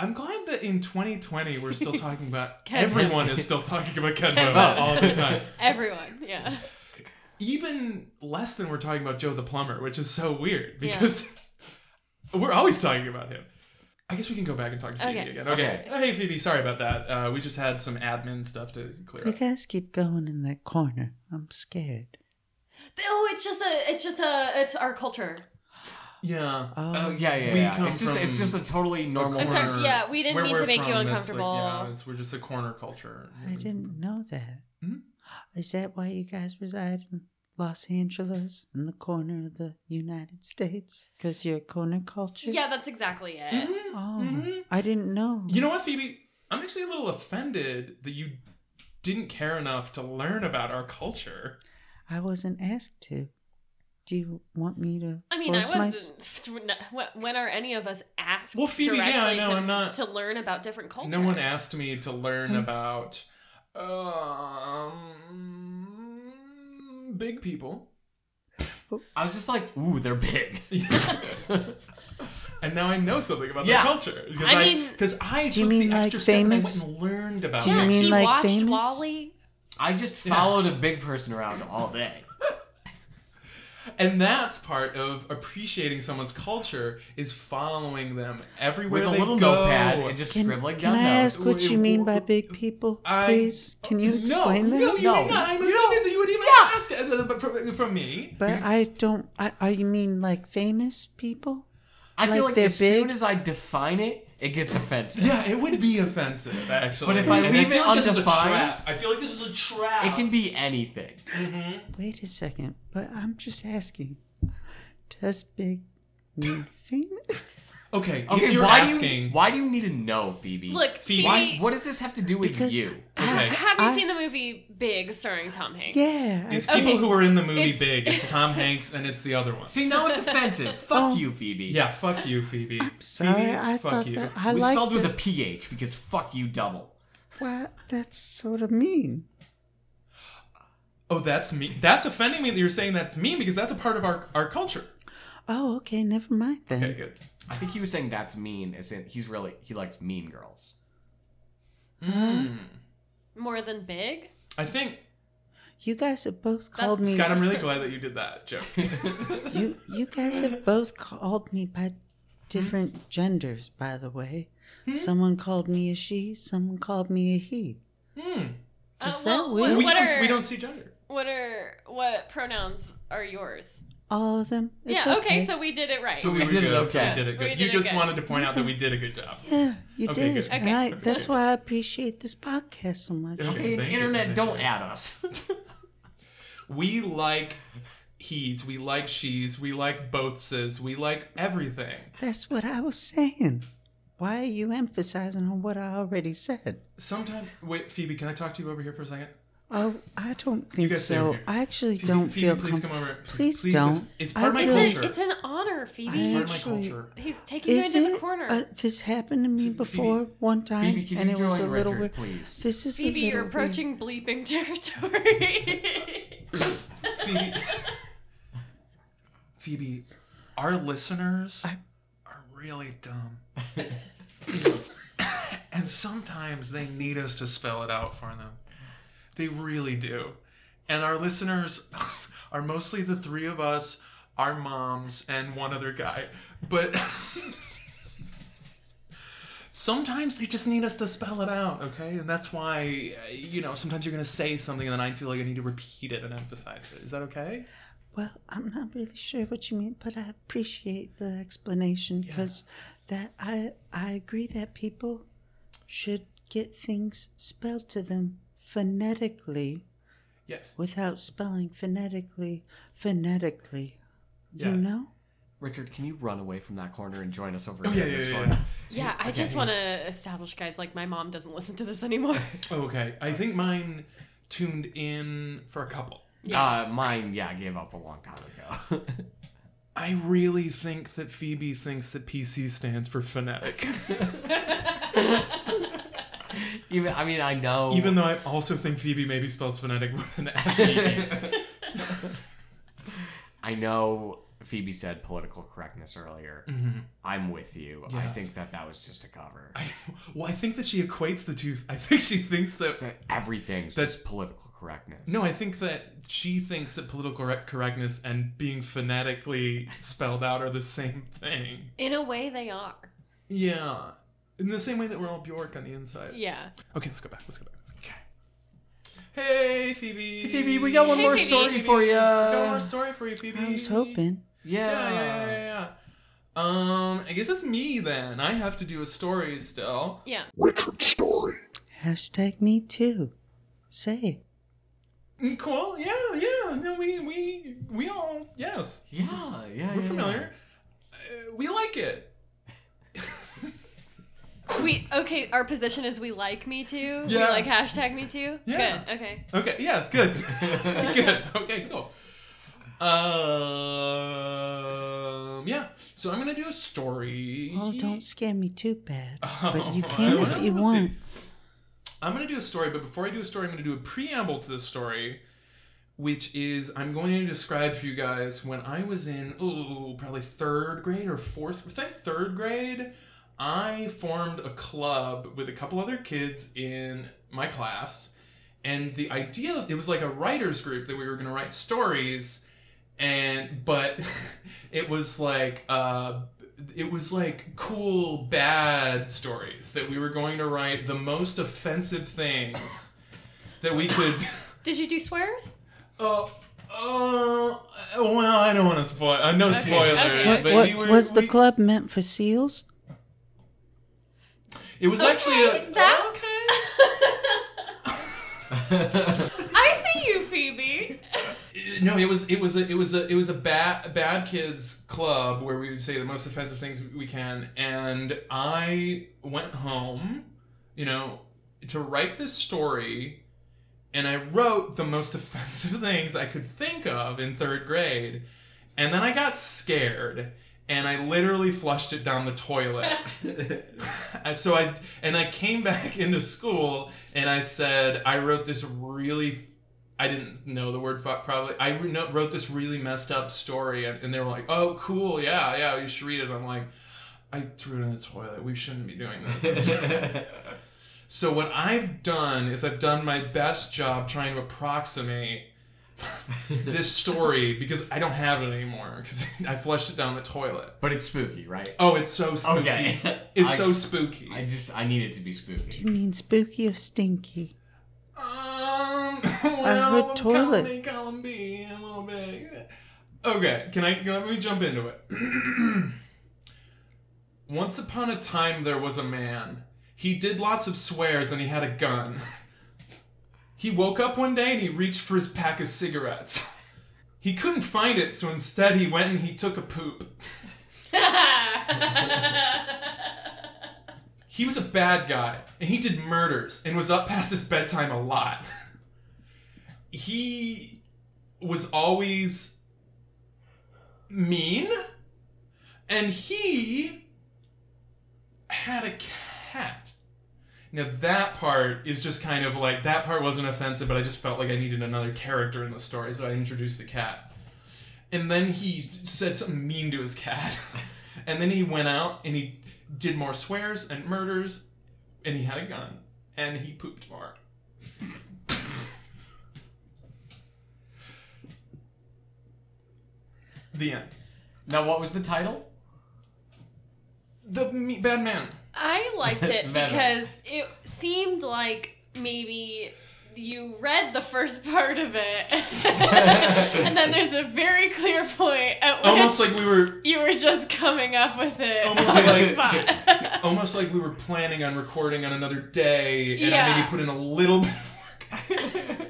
I'm glad that in 2020 we're still talking about
Ken
everyone is still talking about Ken
Ken
Bone
Bone.
all the time.
Everyone. Yeah.
Even less than we're talking about Joe the plumber, which is so weird because we're always talking about him. I guess we can go back and talk to Phoebe
Okay.
again. Okay. Hey Phoebe, sorry about that. Uh, we just had some admin stuff to clear
You
up.
guys keep going in that corner. I'm scared.
Oh, it's just a, it's just a, it's our culture.
Yeah.
Oh yeah, yeah,
Um, We
yeah.
come
It's just it's
from
just a totally normal.
A
I'm sorry,
corner-
yeah, we didn't
where
mean
we're
to make you
from, it's like,
uncomfortable.
yeah, it's- we're just a corner culture.
I didn't know that. Is
Hmm?
that why you guys reside in Los Angeles, in the corner of the United States? Because you're corner culture?
Yeah, that's exactly it.
Mhm,
Oh,
mhm.
I didn't know.
You know what, Phoebe? I'm actually a little offended that you didn't care enough to learn about our culture.
I wasn't asked to. Do you want me to?
I mean, I
force my
wasn't. When are any of us asked
Well, Phoebe, yeah,
directly
I know,
to,
I'm not-
to learn about different cultures?
No one asked me to
Hmm.
learn about um, big people.
I was just like, ooh, they're big.
And now I know something about
Yeah.
their culture. Because
I mean-
because
Do
I
you
took
mean,
the
like,
extra step
famous?
and I went and learned about
Do you
Yeah,
it.
mean
she
like
watched
famous?
Wally.
I just
Yeah.
followed a big person around all day.
And that's part of appreciating someone's culture is following them everywhere
with a
they
little
go.
notepad and just scribbling
Can
down
I
notes.
ask what you mean by big people,
I-
please? Can you explain
no,
that?
No, you
No.
did not. I'm
You
offended
don't.
that you would even
Yeah.
ask it, uh, but from, from me.
But I don't. I, I you mean like famous people?
I feel
Like
like
they're
as soon
big?
as I define it, it gets offensive.
Yeah, it would be offensive, actually.
But if I
And
leave
feel
it
like this is a
undefined-
trap. I feel like this is a trap.
It can be anything.
Wait a second. But I'm just asking. Does big mean famous?
Okay, if
Okay,
you're
why do
asking.
you why do you need to know, Phoebe?
Look, Phoebe.
why, what does this have to do with
Because-
you?
okay.
have you
I-
seen the movie Big starring Tom Hanks?
yeah. I-
It's
Okay.
people who are in the movie
It's-
Big. It's Tom Hanks and it's the other one.
See, now it's offensive.
Oh.
Fuck you, Phoebe.
Yeah, fuck you, Phoebe.
I'm sorry.
Phoebe,
I
fuck
thought
you.
that. I
we
like
spelled with
that.
a ph because fuck you double.
What? That's sort of mean.
Oh, that's me. That's offending me that you're saying that's mean because that's a part of our, our culture.
Oh, okay. Never mind then.
Okay, good.
I think he was saying that's mean. As in, he's really he likes mean girls.
Mm.
More than Big?
I think
You guys have both called
That's-
me.
Scott. I'm really glad that you did that joke.
you you guys have both called me by
Hmm?
different genders, by the way. Someone called me a she. Someone called me a he.
Hmm.
Uh,
Is that
well,
weird?
what,
we,
what
don't,
are
we don't see gender.
what are what pronouns are yours?
All of them. It's
yeah. Okay. so we did it right.
So we did it
good, so
okay.
We did it
We
good.
did
You
it
just
good.
wanted to point out that we did a good job.
yeah, you
Okay,
did.
good.
And I,
Okay.
that's why I appreciate this podcast so much.
Okay.
Hey,
thank you,
internet,
thank
don't
you.
at us.
We like he's, we like she's, we like bothses, we like everything.
That's what I was saying. Why are you emphasizing on what I already said?
Sometimes, wait, Phoebe, can I talk to you over here for a second?
Oh, I don't
You
think
guys stay over
so.
here.
I actually
Phoebe,
don't
Phoebe,
feel
please
com-
come over.
Please
Please,
don't.
it's- it's part of
I
my
really-
It's,
culture.
a, it's an honor, Phoebe.
It's part of my
Actually-
culture.
He's taking
Is
you into the
it-
corner.
uh, this happened to me
Phoebe-
before one time,
Phoebe, can
and
you
it
join
was a little
Richard,
weird.
please?
This is a
Phoebe, you're
little weird.
approaching bleeping territory.
Phoebe, Phoebe, our listeners are really dumb. and sometimes they need us to spell it out for them. They really do. And our listeners are mostly the three of us, our moms, and one other guy. But sometimes they just need us to spell it out, okay? And that's why, uh, you know, sometimes you're going to say something and then I feel like I need to repeat it and emphasize it. Is that okay?
Well, I'm not really sure what you mean, but I appreciate the explanation because that I I agree that people should get things spelled to them phonetically
Yes.
without spelling phonetically phonetically.
Yeah.
You know?
Richard, can you run away from that corner and join us over
Oh,
here
yeah,
in
yeah,
this
yeah,
corner?
yeah.
yeah, I just want to establish, guys, like my mom doesn't listen to this anymore.
Oh, Okay. I think mine tuned in for a couple.
Uh, mine, yeah, I gave up a long time ago.
I really think that Phoebe thinks that PC stands for phonetic,
Even I mean, I know.
even though I also think Phoebe maybe spells phonetic with an F.
I know Phoebe said political correctness earlier. I'm with you. I
Mm-hmm. Yeah.
think that that was just a cover.
I, well, I think that she equates the two. I think she thinks that.
That Everything's
That's-
just political correctness.
No, I think that she thinks that political correct- correctness and being phonetically spelled out are the same thing.
In a way, they are.
Yeah. In the same way that we're all Bjork on the inside.
Yeah.
Okay, let's go back. Let's go back. Okay. Hey, Phoebe.
Phoebe, we got one
Hey,
more
Phoebe.
story for you.
Got one more story for you, Phoebe.
I was hoping.
Yeah.
Yeah, yeah, yeah, yeah, yeah. Um, I guess it's me then. I have to do a story still.
Yeah.
Richard Story.
Hashtag me too. Say it.
Mm, Cool. Yeah, yeah. No, we we we all yes.
Yeah, yeah.
We're familiar. Uh, we like it.
We okay. Our position is we like me too. We
Yeah.
like hashtag me too.
Yeah.
Good. Okay.
Okay. Yes. Good. good. Okay. Cool. Um. Yeah. So I'm gonna do a story.
Oh, don't scare me too bad. But you
Oh, I
can
don't
if you
know.
want.
I'm gonna do a story, but before I do a story, I'm gonna do a preamble to the story, which is I'm going to describe for you guys when I was in ooh probably third grade or fourth, I think third grade. I formed a club with a couple other kids in my class, and the idea it was like a writers group that we were gonna write stories, and but it was like uh it was like cool bad stories that we were going to write the most offensive things that we could
Did you do swears?
uh, uh, well i don't want to spoil uh, no
Okay,
spoilers
okay.
What,
but
what
we were,
was the
we-
club meant for seals?
it was actually
Okay,
a
that-
okay
I see you, Phoebe.
no, it was it was a it was a it was a bad bad kids club where we would say the most offensive things we can, and I went home, you know, to write this story, and I wrote the most offensive things I could think of in third grade, and then I got scared. And I literally flushed it down the toilet. And so I and I came back into school and I said I wrote this really I didn't know the word fuck probably. I re- no- wrote this really messed up story, and, and they were like, "Oh, cool, yeah, yeah, you should read it." I'm like, I threw it in the toilet. We shouldn't be doing this. so what I've done is I've done my best job trying to approximate this story because I don't have it anymore because I flushed it down the toilet.
but it's spooky, right?
Oh, it's so spooky.
Okay.
It's
I-
so spooky.
I just I need it to be spooky.
You mean spooky or stinky?
Um,
heard
well, column
toilet.
A, column B, a little bit. Okay, can I can I- let me jump into it? Once upon a time, there was a man. He did lots of swears and he had a gun. He woke up one day and he reached for his pack of cigarettes. He couldn't find it, so instead he went and he took a poop. He was a bad guy, and he did murders and was up past his bedtime a lot. he was always mean, and he had a cat. Now, that part is just kind of like that part wasn't offensive, but I just felt like I needed another character in the story, so I introduced the cat. And then he said something mean to his cat. and then he went out and he did more swears and murders, and he had a gun, and he pooped more. the end.
Now, what was the title?
The me- bad man.
I liked it
Better.
because it seemed like maybe you read the first part of it, and then there's a very clear point at which
Almost like we were,
you were just coming up with it
Almost
on
like-
the spot.
almost like we were planning on recording on another day, and I
Yeah.
maybe put in a little bit of work.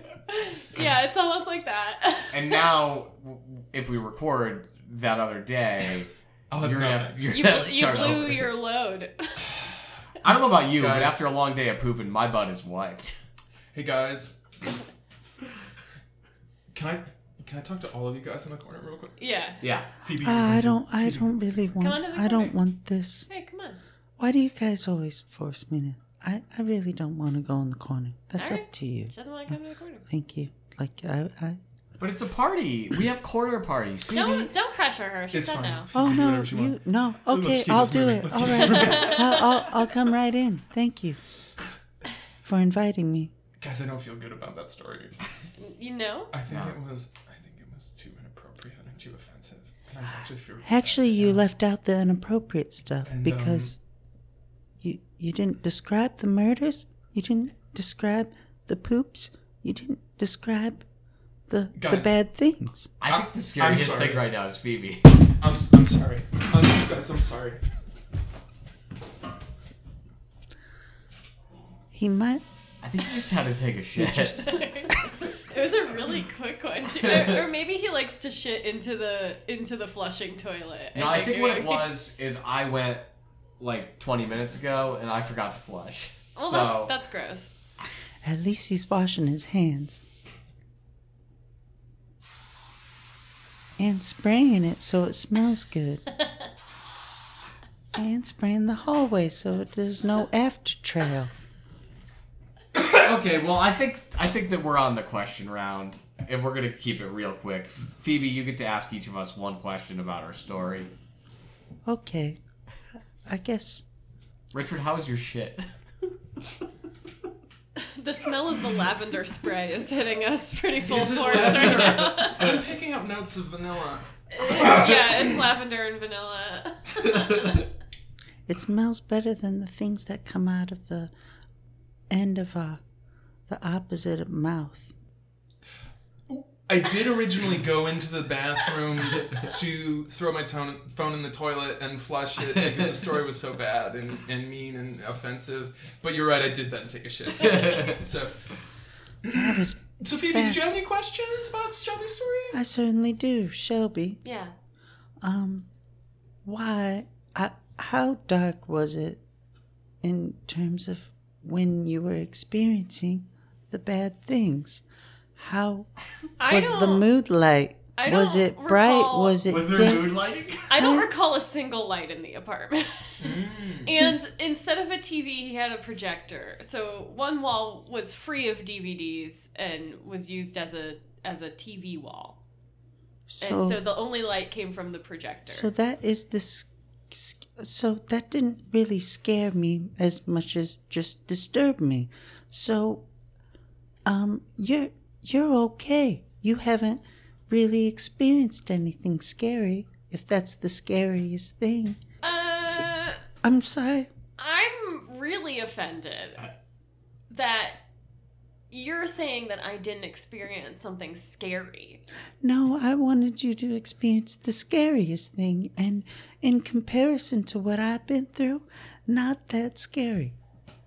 yeah, it's almost like that.
And now, w- if we record that other day,
I'll have
you're gonna have,
nothing.
you're
You,
gonna have
bl-
to
you
start
blew
over.
your load.
I don't know about you, but
Guys.
after a long day of pooping, my butt is wiped.
Hey guys, can I can I talk to all of you guys in the corner real quick?
Yeah.
Yeah.
Uh,
Phoebe, you're going
I
to-
don't. I
Phoebe.
don't really want.
to the
I don't
corner.
want this.
Hey, come on.
Why do you guys always force me to? I, I really don't want to go in the corner. That's up
Alright.
to you.
She doesn't want to come to the corner.
Thank you. Like I, I
But it's a party. We have corner parties. Phoebe,
Don't don't pressure her. She's
It's
done
fine.
now.
Oh
can do
no,
whatever she
you
wants.
no.
Let's
Okay,
keep
I'll
this
do
moving.
it.
Let's
All
keep this
right, I'll, I'll I'll come right in. Thank you for inviting me.
Guys, I don't feel good about that story.
You know?
I think it was. I think it was too inappropriate and too offensive. And I actually feel.
Actually, you left out the inappropriate stuff
And, um,
because you you didn't describe the murders. You didn't describe the poops. You didn't describe the the
Guys.
bad things.
I think the
I'm
scariest
sorry.
thing right now is Phoebe.
I'm, s- I'm sorry. I'm, you guys, I'm sorry.
He might.
I think you just had to take a shit.
it was a really quick one too. Or, or maybe he likes to shit into the into the flushing toilet.
No, I think what it was is I went like 20 minutes ago and I forgot to flush.
Well,
so
that's that's gross.
At least he's washing his hands. And spraying it so it smells good. and spraying the hallway so it- there's no after trail.
okay. Well, I think I think that we're on the question round and we're gonna keep it real quick. Phoebe, you get to ask each of us one question about our story.
Okay. I guess
Richard, how was your shit?
The smell of the lavender spray is hitting us pretty full
Is it
force right
lavender?
now.
I'm picking up notes of vanilla.
yeah, it's lavender and vanilla.
it smells better than the things that come out of the end of uh, the opposite of mouth.
I did originally go into the bathroom to throw my tone, phone in the toilet and flush it because the story was so bad and, and mean and offensive. But you're right, I did then take a shit. so,
I was.
so Phoebe, did you have
Fast.
any questions about Shelby's story?
I certainly do, Shelby.
Yeah.
Um, why? I, how dark was it in terms of when you were experiencing the bad things? How
I
was the
don't-
mood light?
I
was
don't
it bright?
recall-
Was it
Was there
dim?
mood lighting?
I don't recall a single light in the apartment.
Mm.
and instead of a TV, he had a projector. So one wall was free of DVDs and was used as a as a TV wall.
So,
and so the only light came from the projector.
so that is this. So that didn't really scare me as much as just disturb me. So, um, you're you're okay. You haven't really experienced anything scary. If that's the scariest thing,
uh,
I'm sorry.
I'm really offended that you're saying that I didn't experience something scary.
No, I wanted you to experience the scariest thing, and in comparison to what I've been through, not that scary.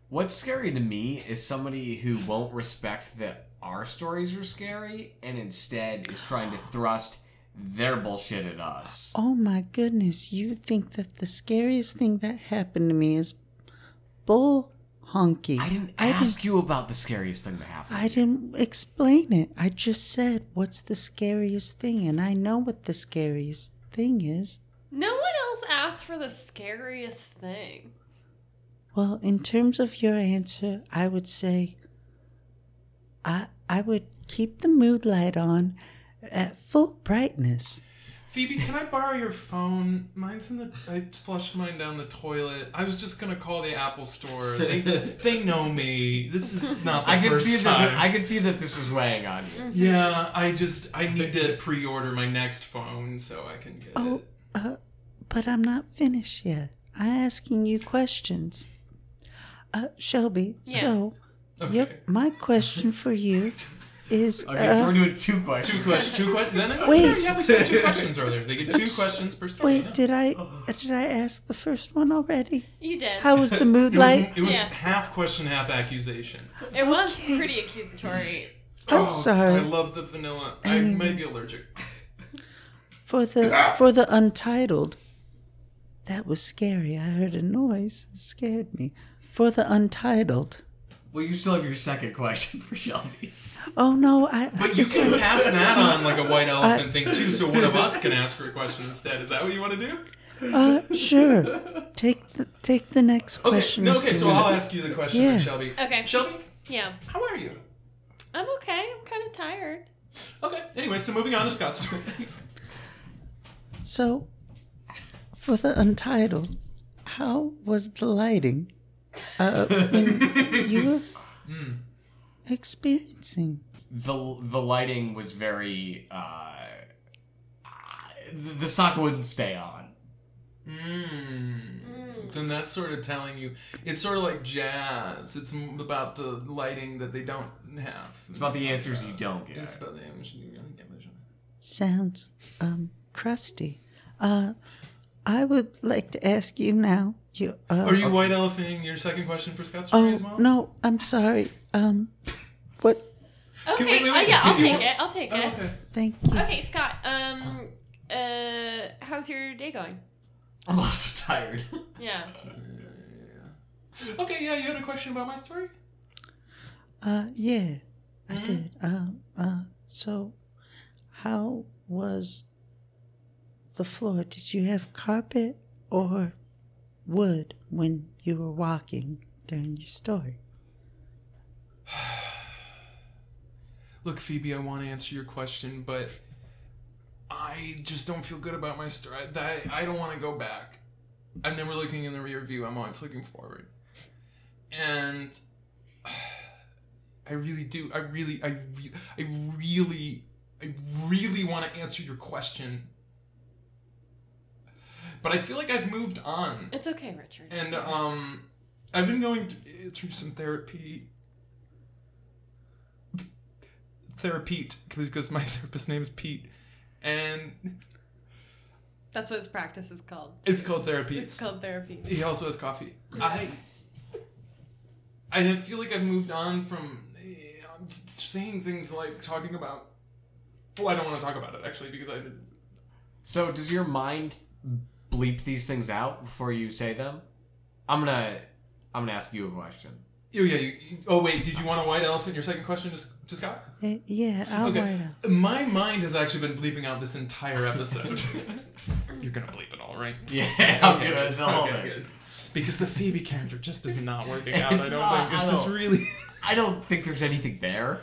What's scary to me is somebody who won't respect that our stories are scary and instead is trying to thrust their bullshit at us.
Oh my goodness, you think that the scariest thing that happened to me is bull honky.
I didn't
I
ask
didn't,
you about the scariest thing that happened.
I didn't explain it. I just said, What's the scariest thing? And I know what the scariest thing is.
No one else asked for the scariest thing.
Well, in terms of your answer, I would say I I would keep the mood light on at full brightness.
Phoebe, can I borrow your phone? Mine's in the. I flushed mine down the toilet. I was just gonna call the Apple store. They, they know me. This is not the
I could
first
see
time.
that. I could see that this was weighing on you.
Yeah, I just I need to pre-order my next phone so I can get
Oh,
it.
uh, but I'm not finished yet. I'm asking you questions. Uh, Shelby,
Yeah.
so your,
Okay.
my question for you is uh,
doing two questions.
Two questions. Two questions. Then oh,
Wait.
yeah, yeah, we said two questions earlier. They get two questions per story. yeah.
wait, did I did I ask the first one already?
You did.
How was the mood
it was,
light?
it was
Yeah.
half question, half accusation.
it was
Okay.
pretty accusatory.
I'm
Oh,
sorry.
I love the vanilla. I might be
Anyways.
allergic.
For the for the untitled. That was scary. I heard a noise. It scared me. For the untitled.
Well, you still have your second question for Shelby.
Oh no, I
But
I
you
just
can
said-
pass that on like a white elephant thing too. So one of us can ask her a question instead. Is that what you want to do?
uh sure. Take the take the next
Okay.
question.
no.
if
Okay.
you
So
want.
I'll ask you the question, then,
Yeah.
Shelby.
Okay.
Shelby,
Yeah.
how are you?
I'm okay. I'm kind of tired.
Okay. Anyway, so moving on to Scott's story.
So, for the untitled, how was the lighting uh, when you were
Hmm.
experiencing?
the The lighting was very. Uh, the, the sock wouldn't stay on.
Mm. Then that's sort of telling you it's sort of like jazz. It's m- about the lighting that they don't have.
It's about the answers you don't
It's
get.
about the image you really get.
Sounds um crusty. Uh, I would like to ask you now. You uh,
Are you white elephanting your second question for Scott's story
Oh
as well?
no, I'm sorry. Um, what?
Okay,
wait, wait,
uh,
wait.
yeah, I'll
If you
take
want-
it. I'll take
Oh,
it.
okay.
Thank you.
Okay, Scott. Um, uh, how's your day going?
I'm also tired.
Yeah.
Okay, yeah, you had a question about my story?
Uh, yeah, I
Mm-hmm.
did. Um, uh, so how was the floor? Did you have carpet or wood when you were walking during your story?
Look, Phoebe, I want to answer your question, but I just don't feel good about my story. I, I don't want to go back. I'm never looking in the rear view, I'm always looking forward. And I really do. I really, I, re- I really, I really want to answer your question. But I feel like I've moved on.
It's okay, Richard. It's
And
okay.
um, I've been going th- through some therapy. Therapy, because my therapist's name is Pete, and
That's what his practice is called.
it's called therapy.
It's called therapy.
He also has coffee. I I feel like I've moved on from eh, I'm s- saying things like talking about. Well, I don't want to talk about it actually because I.
So does your mind bleep these things out before you say them? I'm gonna I'm gonna ask you a question.
Oh yeah. You, you- oh wait. Did you want a white elephant? Your second question just just Scott.
Uh, yeah, I'll
Okay.
wait up.
My mind has actually been bleeping out this entire episode. You're gonna bleep it all, right?
Yeah,
okay, good. Because the Phoebe character just is not working out.
It's
I don't
not
think it's
at
just
all.
really.
I don't think there's anything there.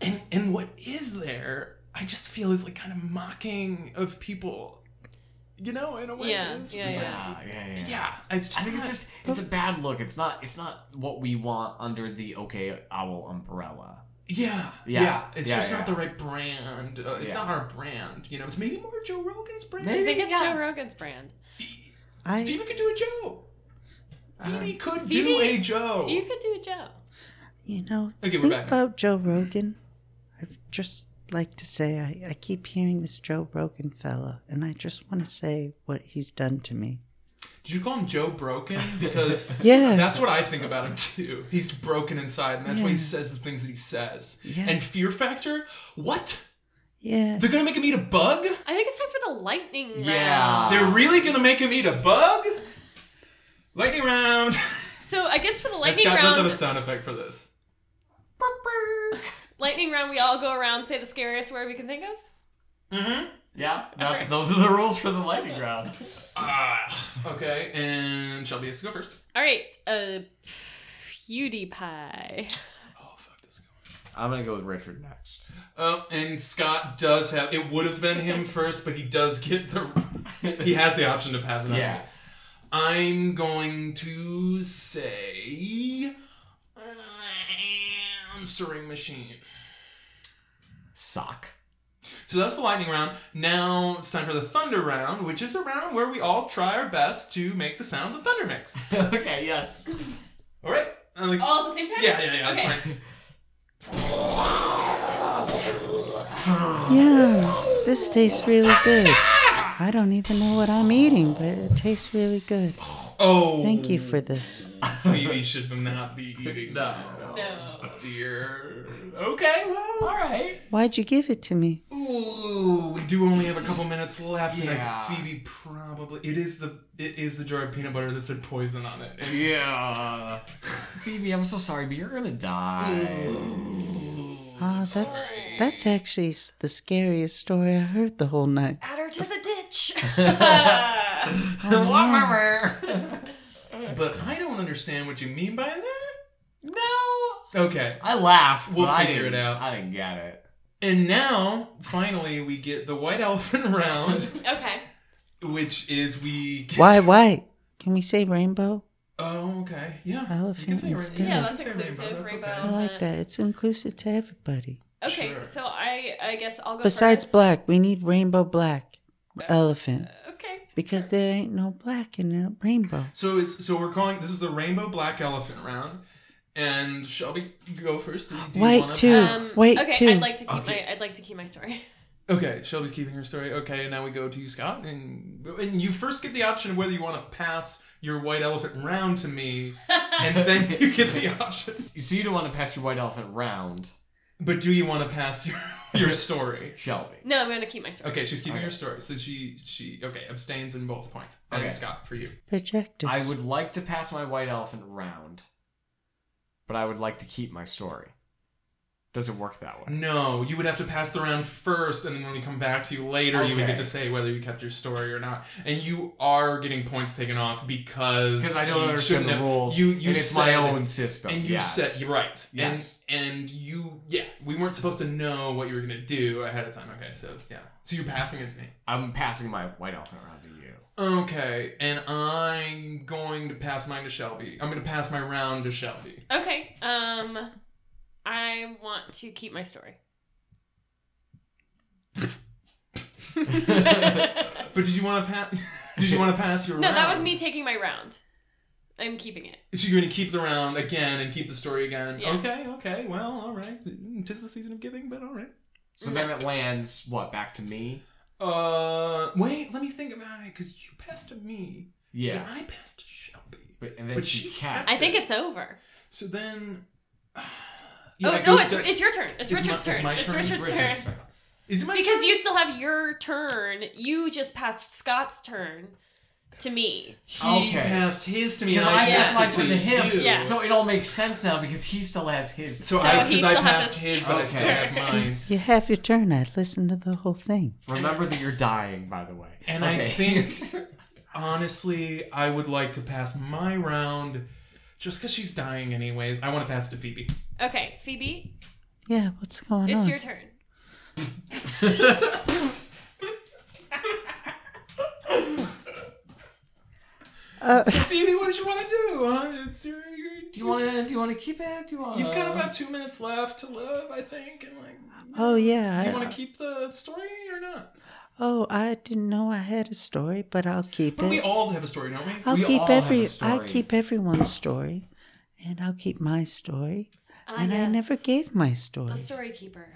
And and what is there? I just feel is like kind of mocking of people, you know, in a way.
Yeah,
It's just
yeah,
like-
Yeah, ah, yeah, yeah.
yeah. It's just
I think it's
not-
just it's a bad look. It's not it's not what we want under the okay owl umbrella.
Yeah, yeah,
Yeah.
It's
Yeah,
just
yeah.
not the right brand. Uh, it's
Yeah.
not our brand. You know, it's maybe more Joe Rogan's brand.
I
Maybe.
think it's
Yeah.
Joe Rogan's brand.
I
Phoebe could do a Joe.
Uh,
Phoebe could do
Phoebe-
a Joe.
You could do a Joe.
you know
Okay, we're
think
back.
about Joe Rogan. I'd just like to say I, I keep hearing this Joe Rogan fella, and I just want to say what he's done to me.
Did you call him Joe Broken? Because
Yeah.
that's what I think about him too. He's broken inside, and that's why he
Yeah.
says the things that he says.
Yeah.
And Fear Factor, what?
Yeah,
They're gonna make him eat a bug?
I think it's time for the lightning
Yeah.
round.
Ah.
They're really gonna make him eat a bug? Lightning round.
So I guess for the
And
lightning
Scott does have
round,
a sound effect for this.
lightning round, we all go around say the scariest word we can think of.
Mm-hmm.
Yeah, that's those are the rules for the lightning round.
Ah, okay, and Shelby has to go first.
All right, uh, PewDiePie.
Oh fuck this guy.
I'm gonna go with Richard next.
Oh, and Scott does have it would have been him first, but he does get the he has the option to pass it on.
Yeah.
I'm going to say uh, answering machine.
Sock.
So that's the lightning round. Now it's time for the thunder round, which is a round where we all try our best to make the sound the thunder makes.
okay, yes.
All right. I'm like-
All at the same time.
yeah, yeah, yeah. That's
Oh, Okay.
fine.
yeah, this tastes really good. I don't even know what I'm eating, but it tastes really good.
Oh,
Thank you for this.
Phoebe should not be eating. No.
No.
Dear. Okay. Well.
All right.
Why'd you give it to me?
Ooh, we do only have a couple minutes left,
Yeah.
and I, Phoebe probably it is the it is the jar of peanut butter that said poison on it. And-
Yeah. Phoebe, I'm so sorry, but you're gonna die.
Ah, that's that's actually s- the scariest story I heard the whole night.
Add her to the ditch.
But I don't understand what you mean by that.
no.
Okay,
I laughed.
We'll
but I
figure it
didn't-
out.
I didn't get it.
and now finally we get the white elephant round,
okay.
which is we. Get...
Why, why? Can we say rainbow?
Oh, okay, yeah. you
Elephant
can say
and
rainbow.
stick. Yeah,
You can
that's
say
inclusive,
that's
rainbow.
I like that. It's inclusive to everybody.
Okay.
Sure.
So I, I guess I'll go.
Besides
first. Uh,
black, we need rainbow black elephant
Okay.
because there ain't no black in a rainbow.
So it's so we're calling this is the rainbow black elephant round, and Shelby, go first. Do you- do you
White
wanna
too.
pass?
Wait,
Um, okay,
two.
I'd like to keep
Okay.
my I'd like to keep my story.
Okay, Shelby's keeping her story. Okay, and now we go to you, Scott, and and you first get the option of whether you want to pass your white elephant round to me, and then you get the option.
So you don't want to pass your white elephant round,
But do you want to pass your your story?
Shelby.
No, I'm gonna keep my story.
Okay, she's keeping her story, so she she okay abstains in both points. And
Okay.
Scott for you.
Projectors.
I would like to pass my white elephant round, but I would like to keep my story. Doesn't work that way.
No, you would have to pass the round first, and then when we come back to you later, you would
Okay.
get to say whether you kept your story or not. And you are getting points taken off because
Because I don't
you
understand
shouldn't
the
have-
rules.
You you
and it's my
said-
own system.
And you
yes.
said you're right.
Yes.
And and you yeah, we weren't supposed to know what you were gonna do ahead of time. Okay, so yeah. So you're passing it to me.
I'm passing my white elephant round to you.
Okay, and I'm going to pass mine to Shelby. I'm gonna pass my round to Shelby.
Okay. Um, I want to keep my story. no,
But did you wanna pass did you wanna pass your round?
that was me taking my round. I'm keeping it.
So you're gonna keep the round again and keep the story again.
Yeah.
Okay, okay, well, alright. Tis the season of giving, but alright.
So then it lands what back to me?
Uh wait, let me think about it, because you passed to me.
Yeah.
And I passed to Shelby.
But, and then
But
she
she-
can't.
I think it's over.
So then
oh
Yeah,
no,
go-
it's, it's your turn. It's,
It's my-
Richard's
it's
turn.
my
it's
turn. It's
Richard's turn.
Richard's turn. Is it my
Because
turn?
you still have your turn. You just passed Scott's turn to me.
He
Okay.
passed his to me, and
Because
I,
I
passed
guess my
it
turn to him,
you.
Yeah.
so it all makes sense now because he still has his.
So,
So
I
he
because I
still has
passed
his
his, but I still
Okay.
have mine.
You have your turn. I listened to the whole thing.
remember that you're dying, by the way.
And I
Okay.
think, honestly, I would like to pass my round, just because she's dying anyways. I want to pass it to Phoebe.
Okay, Phoebe,
Yeah, what's going
it's
on?
your turn.
Uh,
So Phoebe, what did you want to do? Huh? It's your, your-
do you want to? Do you want to keep it? Do you want?
You've got about two minutes left to live, I think, and like,
oh yeah.
do
I-
you want to keep the story or not?
oh, I didn't know I had a story, but I'll keep
But we
it.
all have a story, don't we?
I'll
we all
keep
have a
every. I'll
story.
keep everyone's story, and I'll keep my story.
Ah,
and I
yes,
never gave my story.
the story keeper.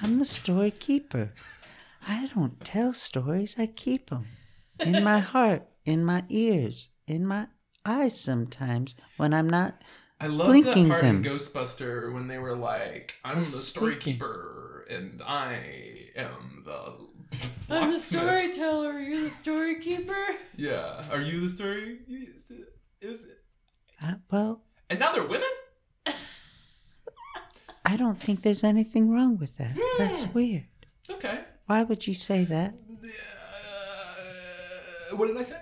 I'm the story keeper. I don't tell stories. I keep them in my heart, in my ears, in my eyes. Sometimes when I'm not
I love
Blinking
that part in
them.
Ghostbuster when they were like, "I'm the story
Speaking.
keeper, and I am the." locksmith."
storyteller. You're the story keeper.
Yeah, are you the story? Is it- is it-
uh, well.
and now they're women.
I don't think there's anything wrong with that. That's
Hmm.
weird.
Okay.
Why would you say that?
Uh, what did I say?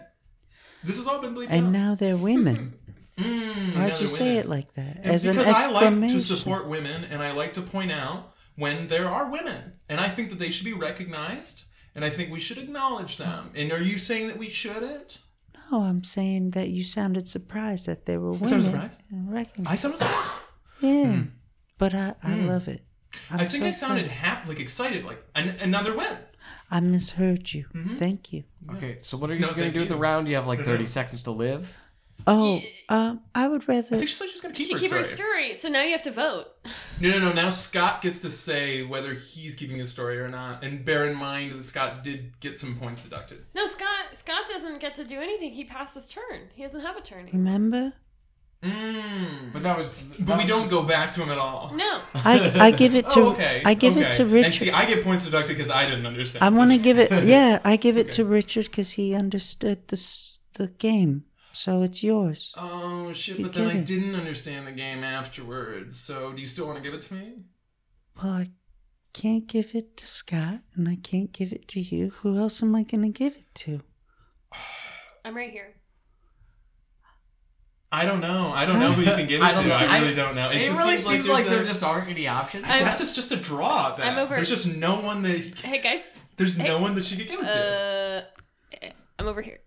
This has all been bleeped
And
out.
now they're women.
Mm, now
Why'd
they're
you say
women.
it like that?
And
As an
because I like to
exclamation.
support women, and I like to point out when there are women, and I think that they should be recognized, and I think we should acknowledge them. And are you saying that we shouldn't?
No, Oh, I'm saying that you sounded surprised that there were women.
sounded surprised?
and recognized-
I sounded.
yeah. But I, I love it. I'm
I think
so
I sounded
glad.
hap- like excited, like an- another win.
I misheard you.
Mm-hmm.
Thank you.
Okay, so what are you
No,
gonna
thank
do with the
you.
round? You have like thirty seconds to live.
Oh,
Ye-
um, I would
I
rather.
think she said she was gonna keep,
She
her,
keep her
story.
story. So now you have to vote.
No, no, no. Now Scott gets to say whether he's keeping his story or not, and bear in mind that Scott did get some points deducted.
No, Scott. Scott doesn't get to do anything. He passed his turn. He doesn't have a turn. anymore.
Remember?
Mm.
But that was.
But we don't go back to him at all.
No.
I, I give it to.
Oh, okay.
I give it
okay.
to
And see,
Richard.
I get points deducted because I didn't understand.
I want to
this.
give it. Yeah, I give it to Richard because he understood the s- the game. So it's yours.
Oh shit!
You
But then
get
I
it.
didn't understand the game afterwards. So do you still want to give it to me?
Well, I can't give it to Scott, and I can't give it to you. Who else am I going to give it to?
I'm right here.
I don't know. I don't know who you can give it
I don't
to.
know.
I really don't know.
It,
just
really seems, like,
there's
there
a-
just aren't any options.
I
I'm-
guess it's just a draw. Then.
I'm over-
There's just no one that he-
Hey guys.
there's
Hey.
no one that she could give it to.
Uh, I'm over here.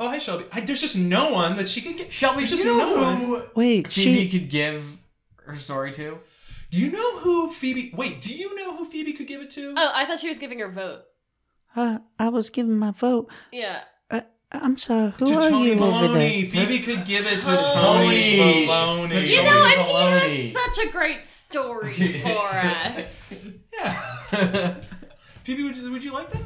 oh, hi Shelby. I, there's just no one that she could get.
Shelby,
there's
do
just
you know
no one.
who
Wait,
Phoebe
she.
could give her story to?
Do you know who Phoebe? Wait, do you know who Phoebe could give it to?
Oh, I thought she was giving her vote.
Uh, I was giving my vote.
Yeah.
Uh, I'm sorry. Who
to
are
Tony
you
Maloney.
over there?
Phoebe could give it to Tony,
Tony.
Maloney.
To
You
Tony
know, and he
Baloney.
had such a great story for us.
Yeah. Phoebe, would you, would you like that?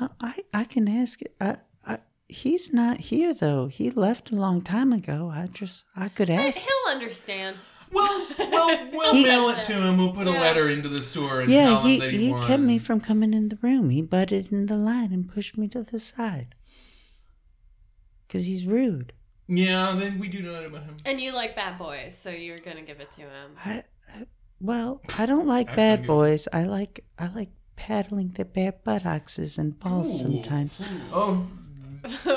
Uh, I I can ask. I, I he's not here though. He left a long time ago. I just I could ask.
He'll understand.
Well, well, we'll
He-
mail it to him. We'll put a
Yeah.
letter into the sewer and
Yeah,
tell him
he
that
he
won.
kept me from coming in the room. He butted in the line and pushed me to the side. Cause he's rude.
Yeah, then we do know that about him.
And you like bad boys, so you're gonna give it to him.
I, I well, I don't like
Actually,
bad
good.
boys. I like I like paddling their bare buttocks and balls
Ooh.
sometimes.
Oh,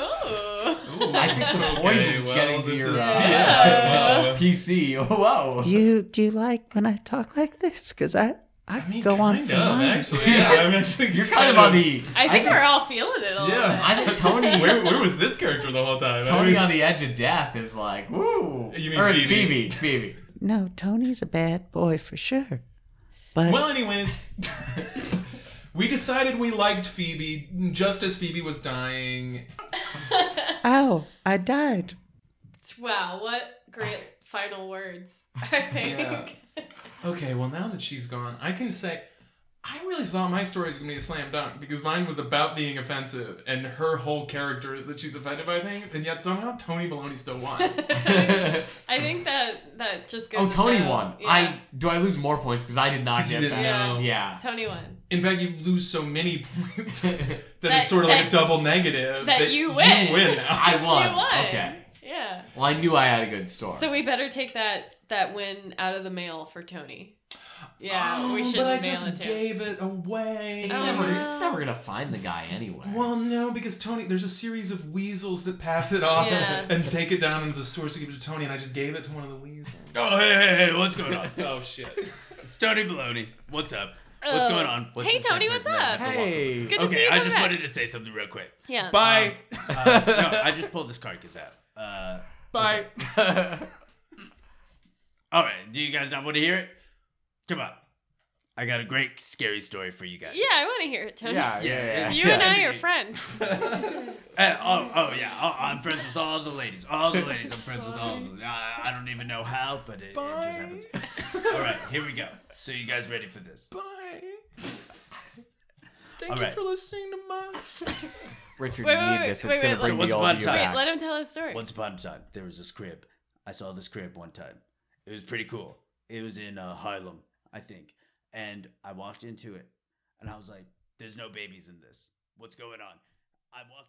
Oh.
I think the poison's
well,
getting to
this
your
is-
uh,
yeah, well.
PC. Whoa.
Do you do you like when I talk like this? Cause I I,
I mean,
go on
kind
for
of,
mine.
actually. Yeah, I'm actually
You're kind of on the.
I think we're all feeling it a little
Yeah,
I think Tony-
where, where was this character the whole time? I
Tony
mean-
on the edge of death is like, woo.
You mean
or
Phoebe.
Phoebe. Phoebe.
No, Tony's a bad boy for sure. But
Well, anyways, we decided we liked Phoebe just as Phoebe was dying.
ow, I died.
Wow, what great final words. I think.
Yeah. Okay, well now that she's gone, I can say I really thought my story was gonna be a slam dunk because mine was about being offensive, and her whole character is that she's offended by things, and yet somehow Tony Baloney still won.
I think that that just goes.
Oh,
to
Tony
show.
won.
Yeah.
I do. I lose more points because I did not
'Cause you
get
didn't
that.
know.
Yeah.
Tony won.
In fact, you lose so many points that,
That-
it's sort of like a
that-
double negative.
that you win.
You win now.
I won.
You won.
Okay.
Yeah.
Well, I knew I had a good story.
So we better take that that win out of the mail for Tony. Yeah,
Oh,
we should
but I
mail
just
it to. him.
gave it away.
it's,
Oh,
never,
no.
it's never gonna find the guy anyway.
Well, no, because Tony, there's a series of weasels that pass it off
Yeah.
and take it down into the source to give it to Tony, and I just gave it to one of the weasels.
Oh, hey, hey, hey, what's going on?
oh shit!
It's Tony Baloney. What's up? What's
Oh.
going on? What's
Hey,
the same
Tony, what's
person that I
up?
have to walk
hey.
Good to
with?
see
Okay,
you.
I
come
just
back.
wanted to say something real quick.
Yeah.
Bye,
Uh, no, I just pulled this carcass out. Uh,
bye.
all right, do you guys not want to hear it? Come on. I got a great scary story for you guys.
Yeah, I want to hear it, Tony.
yeah, yeah,
Yeah.
yeah.
You and I are friends.
Uh, oh, oh yeah, oh, I'm friends with all the ladies. All the ladies, I'm friends with all of them. I, I don't even know how, but it, it just happens. All right, here we go. So you guys ready for this?
Bye. Thank
All
you
right.
for listening to my.
Richard,
Wait,
you
wait,
need
wait,
this.
wait,
it's gonna
wait,
bring
wait,
the
what's
old
one
you
time?
back.
Let him tell his story.
Once upon a time, there was this crib. I saw this crib one time. It was pretty cool. It was in uh, Harlem, I think. And I walked into it, and I was like, "There's no babies in this. What's going on?" I walked. in.